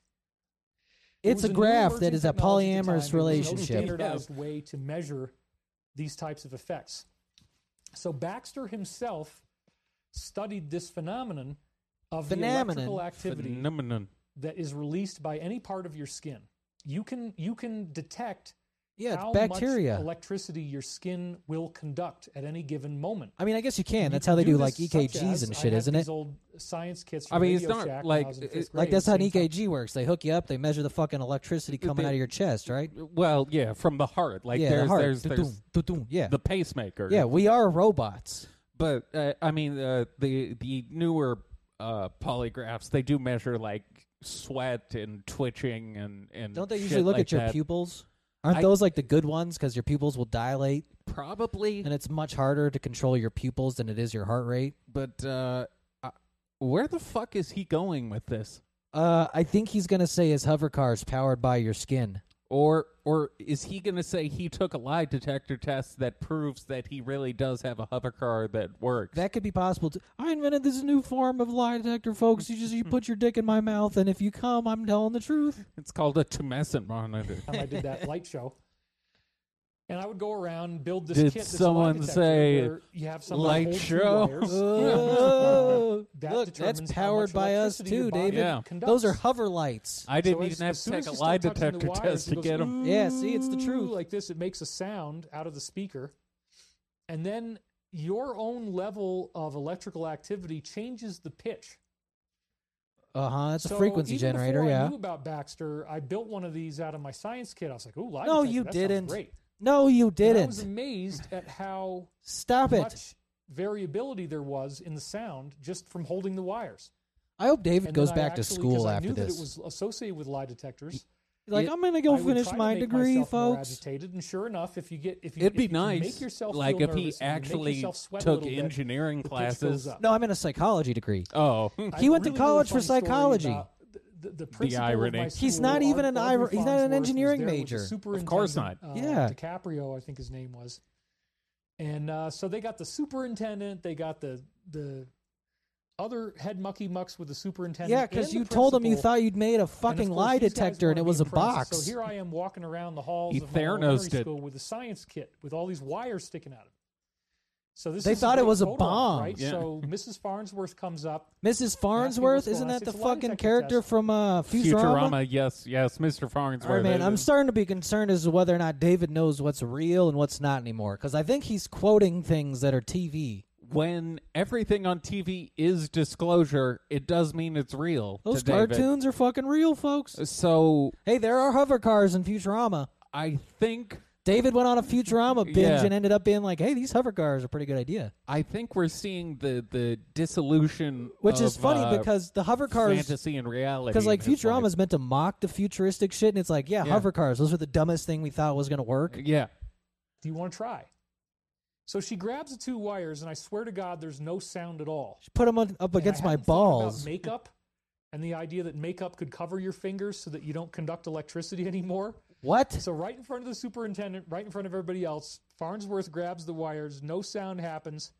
It
It's
was
a
new
graph that
emerging
is a
technology at
polyamorous
the time. There was no
relationship.
standardized way to measure these types of effects. So Baxter himself studied this phenomenon of
Phenomenon.
the electrical activity
Phenomenon.
that is released by any part of your skin. You can you can detect
Yeah,
how
it's bacteria.
much electricity your skin will conduct at any given moment.
I mean, I guess you can.
You
That's
can
how they do like
this such
EKGs
as-
and
I
shit,
had
isn't it?
these old science kits.
I mean,
from
it's
Radio
not
Shack when
like-
I was in
it-
fifth
Like
grade,
that's how E an
same time.
EKG works. They hook you up, they measure the fucking electricity coming
They-
out of your chest, right?
Well, yeah, from the heart. Like
yeah,
there's
the heart.
there's,
Doo-doo,
there's
doo-doo, yeah.
the pacemaker.
yeah, we are robots.
But uh, I mean, uh, the the newer uh, polygraphs they do measure like sweat and twitching and and
Don't they
shit
usually look
like
at your
that.
pupils? Aren't
I-
those like the good ones because your pupils will dilate
Probably,
and it's much harder to control your pupils than it is your heart rate?
but uh, uh, where the fuck is he going with this?
Uh, I think he's gonna say his hover car is powered by your skin.
Or or is he going to say he took a lie detector test that proves that he really does have a hover car that works?
That could be possible. Too. I invented this new form of lie detector, folks. You just you put your dick in my mouth, and if you come, I'm telling the truth.
it's called a tumescent
*laughs*
monitor.
time I did that light show. And I would go around build this
Did
kit. This
someone
lie detector
say
where you have some
light show?
*laughs* Oh,
That
look, that's
determines how
powered
much
by us
electricity your
too,
body
David.
Yeah.
Those are
conducts.
hover lights.
I didn't
So as-
even have
as
to
soon as
take a
you
lie
start touching the
detector
wires,
test
it
to
goes,
get him.
yeah, see, it's the truth.
Like this, it makes a sound out of the speaker, and then your own level of electrical activity changes the pitch.
Uh huh. That's
so
a frequency
even
generator.
Before
Yeah.
I knew about Baxter. I built one of these out of my science kit. I was like, "Ooh, lie
No,
detector,
you
that sounds
didn't.
Great.
No, you
And I was
didn't.
amazed at how
Stop it.
much variability there was in the sound just from holding the wires.
I hope David
And
goes
then I
back to
actually-
school
'cause I
after
knew
this.
That it was associated with lie detectors.
like
It-
I'm gonna go
I would
finish
try to
my
make
degree,
myself more
folks.
agitated, and sure enough, if you get if you
It'd be
if you
nice,
make yourself
like
feel
if he
nervous and you make
actually
yourself sweat a
took
little bit,
engineering
the pitch
classes.
goes up.
No, I'm in a psychology degree. *laughs*
Oh, *laughs*
I
he went to
really know a
college for
funny story
psychology.
about The, the, the, principal of
irony.
my
He's
school,
not even
Ar-
an
Audrey
ir- he's not an
Farnsworth, was
engineering
there with the
major.
Of course
superintendent,
not.
uh,
Yeah.
DiCaprio, I think his name was. And uh, so they got the superintendent, they got the the other head mucky mucks with the superintendent.
Yeah,
because
because you told him you thought you'd made a
And of
fucking
course,
lie
these guys
detector and
wanna
it
be
was a
impressive.
box.
So here I am walking around the halls
He
of my elementary
Theranosed it.
school with a science kit with all these wires sticking out of it. So this
They
is
thought it
great
was a
photo op,
bomb.
right?
Yeah.
So Mrs. Farnsworth comes up.
Mrs.
what's
Farnsworth,
going
isn't
on. I
that
said,
the
"It's a lie
fucking
detector
character
test."
from uh, Futurama?
Futurama, yes, yes, Mr. Farnsworth.
All right, man.
It
I'm
is.
starting to be concerned as to whether or not David knows what's real and what's not anymore. Because I think he's quoting things that are TV.
when everything on TV is disclosure, it does mean it's real.
Those
to David.
cartoons are fucking real, folks.
So
Hey, there are hover cars in Futurama.
I think
David went on a Futurama binge
Yeah.
and ended up being like, "Hey, these hover cars are a pretty good idea."
I think we're seeing the the dissolution,
Which is
of,
funny
uh,
because the hover cars,
fantasy and reality.
because like
in his
Futurama's meant to mock the futuristic shit, and it's like, yeah,
Yeah.
hover cars. Those are the dumbest thing we thought was gonna work.
life. yeah,
Do you want to try? So she grabs the two wires, and I swear to God, there's no sound at all.
Put them on, up
And I
against my
hadn't thought about
balls.
Makeup and the idea that makeup could cover your fingers so that you don't conduct electricity *laughs* anymore.
What?
So right in front of the superintendent, right in front of everybody else, Farnsworth grabs the wires. No sound happens,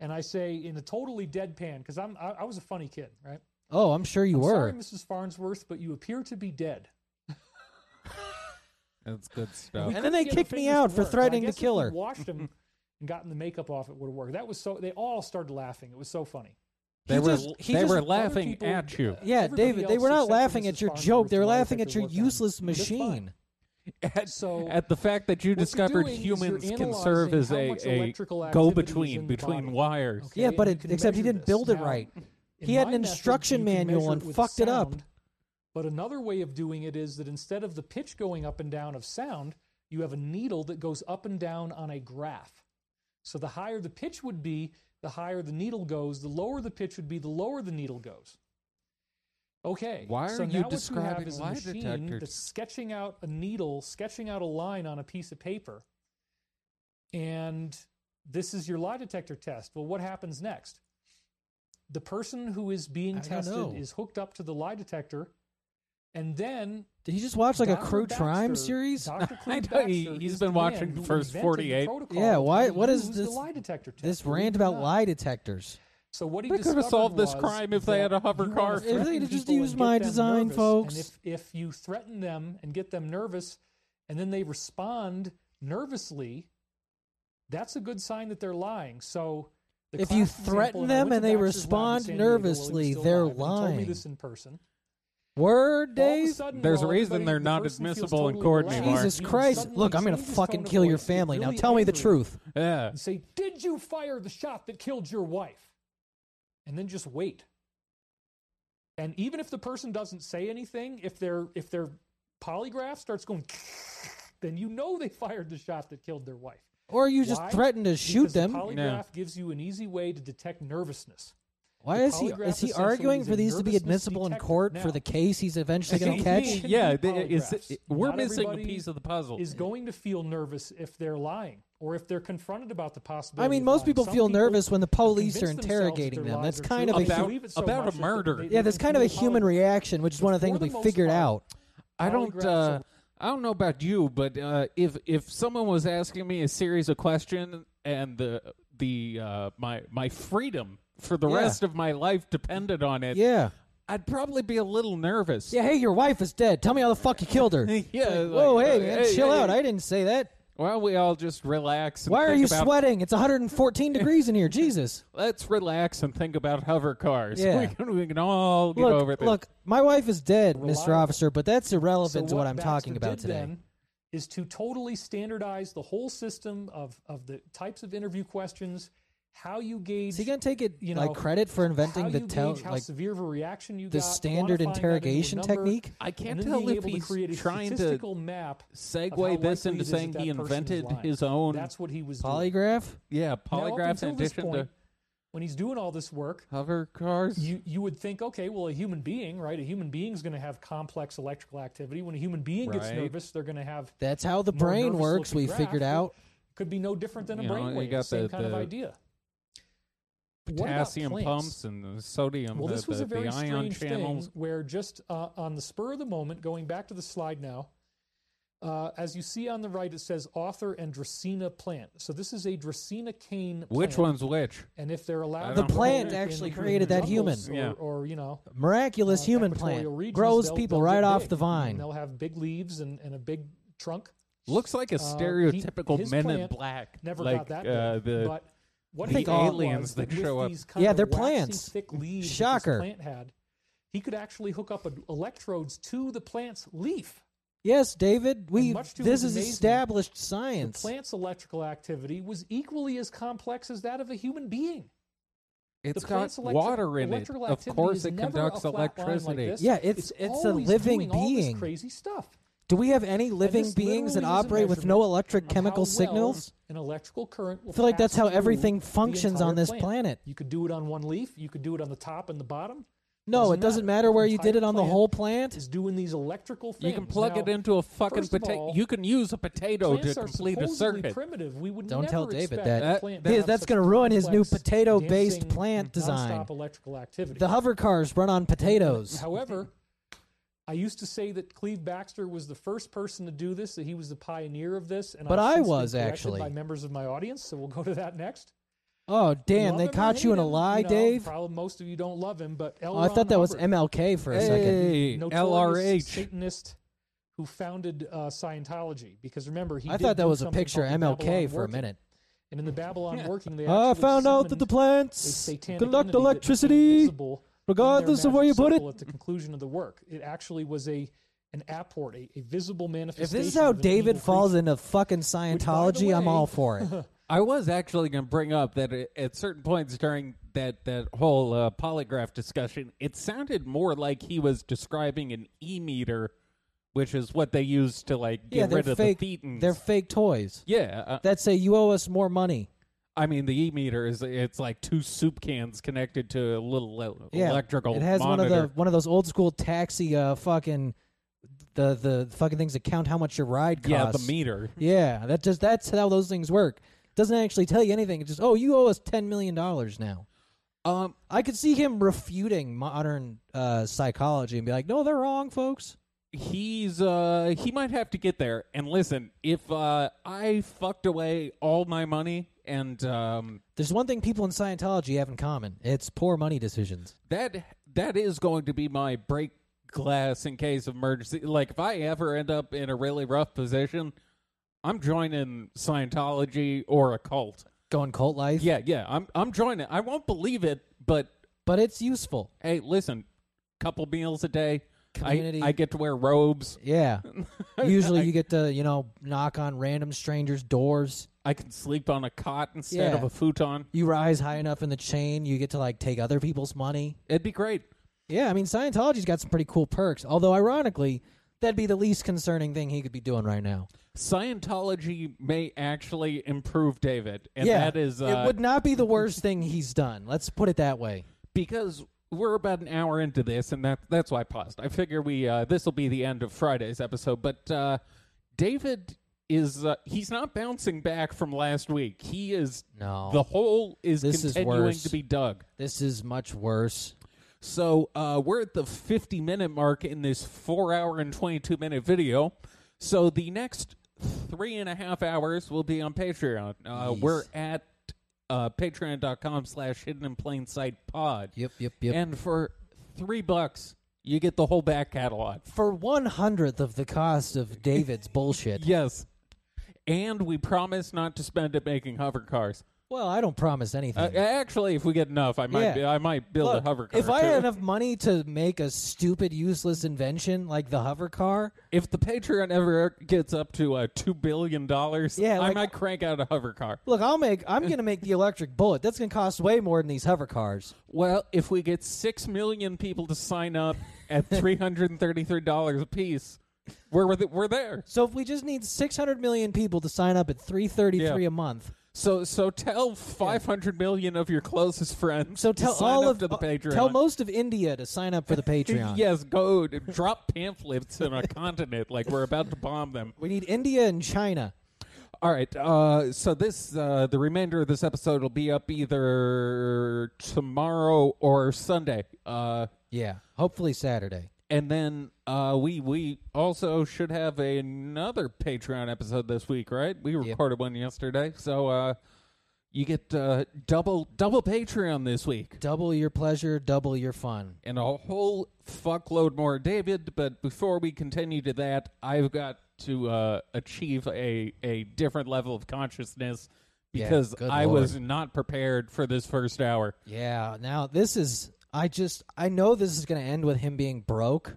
and I say in a totally deadpan because I'm I, I was a funny kid, right?
Oh, I'm sure you
I'm
were.
Sorry, Mrs. Farnsworth, but you appear to be dead.
that's good
We
*laughs* stuff.
And
couldn't
then they
get the
kicked me
fingers
out
to
for
work, and I
threatening to
guess if
kill
we
her.
Washed them and gotten the makeup off. It would have worked. That was so. They all started laughing. It was so funny.
They
He
were
just- he
they
just-
were
Other
laughing
people-
at you
Yeah,
everybody
uh, David, they
else
were not
except for
laughing
Mrs.
at your
Farnsworth,
joke. They were
the life
laughing
I
at
could
your
work on.
useless
That's fine.
machine.
at,
So-
at the fact that you
What you're
discovered
doing is you're
humans can
analyzing
serve as
how
a,
much
a
electrical activity
go
is
between
in the
between
body.
wires.
Okay,
Yeah,
and
but
you
it-
can
except he
measure
didn't
this.
build it
Now,
right.
in
He had
my
an
method,
instruction
you can
manual
measure
and
with
fucked it up.
sound, But another way of doing it is that instead of the pitch going up and down of sound, you have a needle that goes up and down on a graph. So the higher the pitch would be, the higher the needle goes. The lower the pitch would be, the lower the needle goes. Okay.
Why
so
are you
now what you
describing
have is a
lie
machine
detectors?
that's sketching out a needle, sketching out a line on a piece of paper, and this is your lie detector test. Well, what happens next? The person who is being
I don't know.
tested is hooked up to the lie detector, and then
Did he just watch like a
Dr.
crew crime
Baxter-
series? *laughs*
Dr.
I
Crew
know, he-
Baxter
he's
is
been
the
watching
man who
First
invented the
48.
protocol
Yeah,
to
why? What is
use
this?
the lie detector test,
This
believe
rant
it or
about
not.
lie detectors.
So what he
They could've
discovered
solved this
was
crime if they had
that
a hover
you wanna
car. If
they'd
threaten
just
people and
used
get
my
them
design,
nervous,
folks.
And if if you threaten them and get them nervous, and then they respond nervously, that's a good sign that they're lying. So. the
If you
classic example,
threaten
I
them
went to
and they
Baxter's lab in
respond
San Diego while he was
nervously,
still
they're
alive, and he Told me
lying.
this in person.
Word,
All of a
Dave.
sudden,
There's
while
a reason
everybody-
they're
the
not
person feels
admissible in
totally
court
relaxed,
anymore.
Jesus
you
Christ!
suddenly
Look, I'm gonna
change his
fucking
tone of
kill your
voice, get
family now.
really
Tell me the
angry,
truth.
Yeah,
and say, "Did you fire the shot that killed your wife?" And then just wait. And even if the person doesn't say anything, if their if their polygraph starts going, *laughs* then you know they fired the shot that killed their wife.
Or you just
Why?
threatened to shoot
Because
them.
The polygraph gives you an easy way to detect nervousness.
Why
the
is he
polygraph
is he
essentially
arguing
is
for
a
these to be
nervousness
admissible in
detector.
court for
Now,
the case he's eventually
Excuse *laughs*
going
See,
to catch?
me?
*laughs*
Can
Yeah,
do
they- it's-
polygraphs.
it- we're
Not
missing a
everybody
piece of the puzzle.
Is going to feel nervous if they're lying or if they're confronted about the possibility.
I mean,
of
most
lying.
people
Some
feel nervous when the
have
police are
convinced themselves that
interrogating
their
them.
lies
That's
are
kind
true.
of a
They
About-
hu-
believe it so
about a
much that they-
murder.
they-
yeah. That's
they
kind of a
feel
human
apologetic.
reaction, which is one of the
But
things
for
we
the most
figured
part,
out.
I don't.
Polygraphs
Uh,
are-
I don't know about you, but uh, if if someone was asking me a series of questions and the the uh, my my freedom for the
Yeah.
rest of my life depended on it,
Yeah.
I'd probably be a little nervous.
Yeah, hey, your wife is dead. Tell me how the fuck you killed
*laughs*
her.
*laughs* Yeah,
Like,
like,
Whoa, hey,
uh,
man,
hey,
chill
hey,
out.
hey.
I didn't say that.
Well, we all just relax. And
Why are
think
you
about,
sweating? It's
*laughs*
114 degrees in here. Jesus.
Let's relax and think about hover cars. *laughs*
Yeah.
We can, we can all get
Look,
over this.
look, my wife is dead, Mr.
Reliable.
Officer, but that's irrelevant to what I'm
Baxter
talking about
did
today.
then is to totally standardize the whole system of, of the types of interview questions, how you gauge.
Is he going to take it
you know,
like credit for inventing
how
the
you
tell
gauge how
like
severe of a reaction you
the
got,
standard
quantifying that into a
interrogation
number,
technique?
I
and
can't
then
tell
being
if
able
he's
to create a
trying to
statistical map of how
segue this
likely
into
it is that
saying
that
he
person is
invented
lying.
his own.
That's what he was doing.
polygraph?
yeah,
Now, up
polygraphs in
until this
addition
point,
to
when he's doing all this work,
hover cars.
you you would think, okay, well, a human being, right? A human being's going to have complex electrical activity. When a human being gets
Right.
nervous, they're going to have
That's how the
more
brain
nervous
works. We
looking graph
figured
that
out.
Could be no different than a
You know, you
brainwave.
got
Same
the-
kind of
the
idea. What about
potassium
plants?
pumps and the sodium.
Well,
the,
this was
the,
a very
the ion
strange
channels.
thing where just uh, on the spur of the moment, going back to the slide now, Uh, as you see on the right, it says author and Dracaena plant. So this is a Dracaena cane. Plant.
Which one's which?
And if they're allowed,
The
to grow
plant
in
actually
the
created that
jungles
human.
or- or you know,
Miraculous
uh,
human
equatorial
plant
regions,
grows
they'll-
people
they'll
right
get
off
big,
the
and
vine.
they'll have big leaves and, and a big trunk.
Looks like a
Uh, he-
stereotypical
his
Men in
plant
Black.
Never
like,
got that.
Uh,
big,
the,
but what
the
he found
aliens
was
that
with
show up-
these kind
Yeah,
of
they're
waxy
plants.
Thick leaves that this
Shocker.
plant had. He could actually hook up an- electrodes to the plant's leaf.
Yes, David, we
much to
this
his
is
amazement,
established
The
science.
plant's electrical activity was equally as complex as that of a human being.
it's
the
got
plant's electri-
water in it.
electrical
Of
activity
course,
is
it
never a
conducts
flat line like
electricity.
this.
Yeah, it's- it's a
always
living
doing all this
being.
crazy stuff.
Do we have any living
this
beings that
literally is a
operate with no
measurement
electric
of how
chemical
well
signals?
An electrical current. Will
I feel like that's
pass
how
through
everything
the
functions on
entire
this
plant.
planet.
You could do it on one leaf. You could do it on the top and the bottom.
No, it doesn't matter where you did
entire
it on the
plant
whole plant.
Is doing these electrical things.
You can plug
Now,
it into a fucking
first of
potato.
all,
You can use a potato to
plants are
complete a
supposedly
circuit.
Primitive. We would
Don't
never
tell David
expect
that.
a
That-
plant
that-
have
Because that's
such
gonna ruin his new
complex,
potato-based
dancing,
plant design.
nonstop electrical activity.
The hover cars run on potatoes.
*laughs* However, I used to say that Cleve Baxter was the first person to do this, that he was the pioneer of this, and
But
I've
I
since been
was,
corrected
actually.
by members of my audience. So we'll go to that next.
Oh, damn,
Love
they
him or
caught you
hate
in a
him,
lie,
you know,
Dave.
Probably most of you don't love him, but L.
Oh, I
Ron
thought that was
Hubbard,
MLK for a second.
Hey, LRH.
notorious Satanist who founded uh, Scientology. Because remember, he
I
did
thought that
do
was a
something
picture of
called the
MLK
Babylon
for a
Working.
minute. Oh,
And in
*laughs*
the Babylon Working, they
I
actually
found out that the
summoned a
plants conduct
satanic entity that became
electricity.
visible in their
regardless of where you
magic
put it.
circle At the conclusion of the work, it actually was a an apport, a, a visible
If
manifestation.
this is how
of an
David
evil
falls
creature.
into fucking Scientology, I'm
way-
all for
*laughs*
it.
I was actually going to bring up that at- at certain points during that that whole uh, polygraph discussion, it sounded more like he was describing an e meter, which is what they use to like
yeah,
get
they're
rid of
fake.
the thetans.
they're fake toys
yeah, uh,
that say you owe us more money.
I mean the e meter is it's like two soup cans connected to a little le-
Yeah,
electrical.
It has
monitor.
one of the one of those old school taxi uh, fucking the the fucking things that count how much your ride costs.
yeah the meter.
Yeah, that just that's how those things work. Doesn't actually tell you anything. It's just oh, you owe us ten million dollars now.
Um,
I could see him refuting modern uh, psychology and be like, "No, they're wrong, folks."
he's uh he might have to get there. And listen, if uh I fucked away all my money and um
There's one thing people in Scientology have in common: it's poor money decisions.
that that is going to be my break glass in case of emergency. Like if I ever end up in a really rough position, I'm joining Scientology or a cult.
Going cult life,
Yeah, yeah, I'm I'm joining. I won't believe it, but
but it's useful.
hey, listen, couple meals a day. I,
Community.
I get to wear robes. *laughs*
Yeah. Usually, you get to you know knock on random strangers' doors.
I can sleep on a cot instead
Yeah.
of a futon.
You rise high enough in the chain, you get to like take other people's money.
It'd be great.
Yeah, I mean Scientology's got some pretty cool perks. Although ironically, that'd be the least concerning thing he could be doing right now.
Scientology may actually improve David, and
yeah,
that is uh,
it would not be the worst *laughs* thing he's done. Let's put it that way.
because we're about an hour into this, and that that's why I paused. I figure we uh, this will be the end of Friday's episode, but uh, David is uh, he's not bouncing back from last week. He is
No.
the hole is
This is
continuing
worse.
to be dug.
This is much worse.
So uh, we're at the fifty minute mark in this four hour and twenty two minute video. So the next three and a half hours will be on Patreon. Uh,
Yes.
we're at uh, patreon.com slash hidden in plain sight pod.
Yep, yep, yep.
And for three bucks, you get the whole back catalog.
For one hundredth of the cost
*laughs*
of David's bullshit.
Yes. And we promise not to spend it making hover cars.
Well, I don't promise anything.
Uh, actually, if we get enough, I might
Yeah.
be- I might build
Look,
a hover car.
If I
too.
had enough money to make a stupid, useless invention like the hover car,
if the Patreon ever gets up to uh, two billion dollars,
Yeah,
I
like-
might crank out a hover car.
look, I'll make. I'm gonna make the electric bullet. That's gonna cost way more than these hover cars.
Well, if we get six million people to sign up *laughs* at three hundred and thirty-three dollars a piece, we're with it- we're there.
So if we just need 600 million people to sign up at 333
Yeah.
a month,
So so tell five hundred million of your closest friends.
so
to
tell
sign
all
up
of
to the Patreon.
tell most of India to sign up for
*laughs*
the Patreon.
Yes, go to drop pamphlets in a continent like we're about to bomb them.
We need India and China.
All right. Uh, so this uh, the remainder of this episode will be up either tomorrow or Sunday. Uh,
Yeah, hopefully Saturday.
And then uh, we we also should have another Patreon episode this week, right? We recorded one yesterday, so uh, you get uh, double double Patreon this week
Double your pleasure, double your fun.
and a whole fuckload more, David. But before we continue to that, I've got to uh, achieve a a different level of consciousness
Yeah,
because
good
I
lord.
was not prepared for this first hour.
Yeah. Now this is. I just. I know this is going to end with him being broke.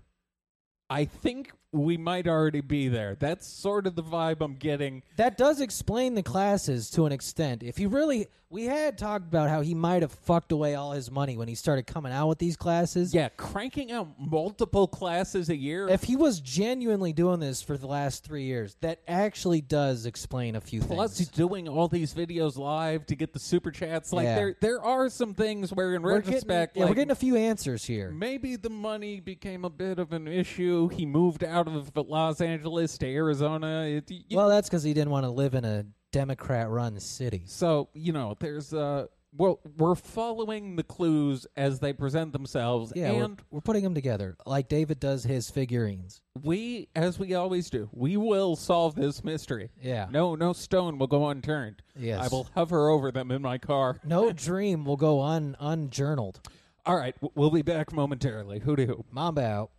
I think we might already be there. That's sort of the vibe I'm getting.
That does explain the classes to an extent. If he really, we had talked about how he might have fucked away all his money when he started coming out with these classes.
Yeah, cranking out multiple classes a year
If he was genuinely doing this for the last three years, that actually does explain a few
Plus,
things.
doing all these videos live to get the super chats. Like
Yeah.
there, there are some things where, in
We're getting,
retrospect,
yeah, we're
like,
getting a few answers here.
maybe the money became a bit of an issue. He moved out of Los Angeles to Arizona. It, y-
Well, that's because he didn't want to live in a Democrat-run city.
so you know, there's uh, well, we're following the clues as they present themselves,
Yeah, we're,
and
we're putting them together like David does his figurines.
we, as we always do, we will solve this mystery.
Yeah.
No, no stone will go unturned.
Yes.
I will hover over them in my car.
No dream will go un unjournaled.
All right, w- we'll be back momentarily. Hoo doo.
Mamba out.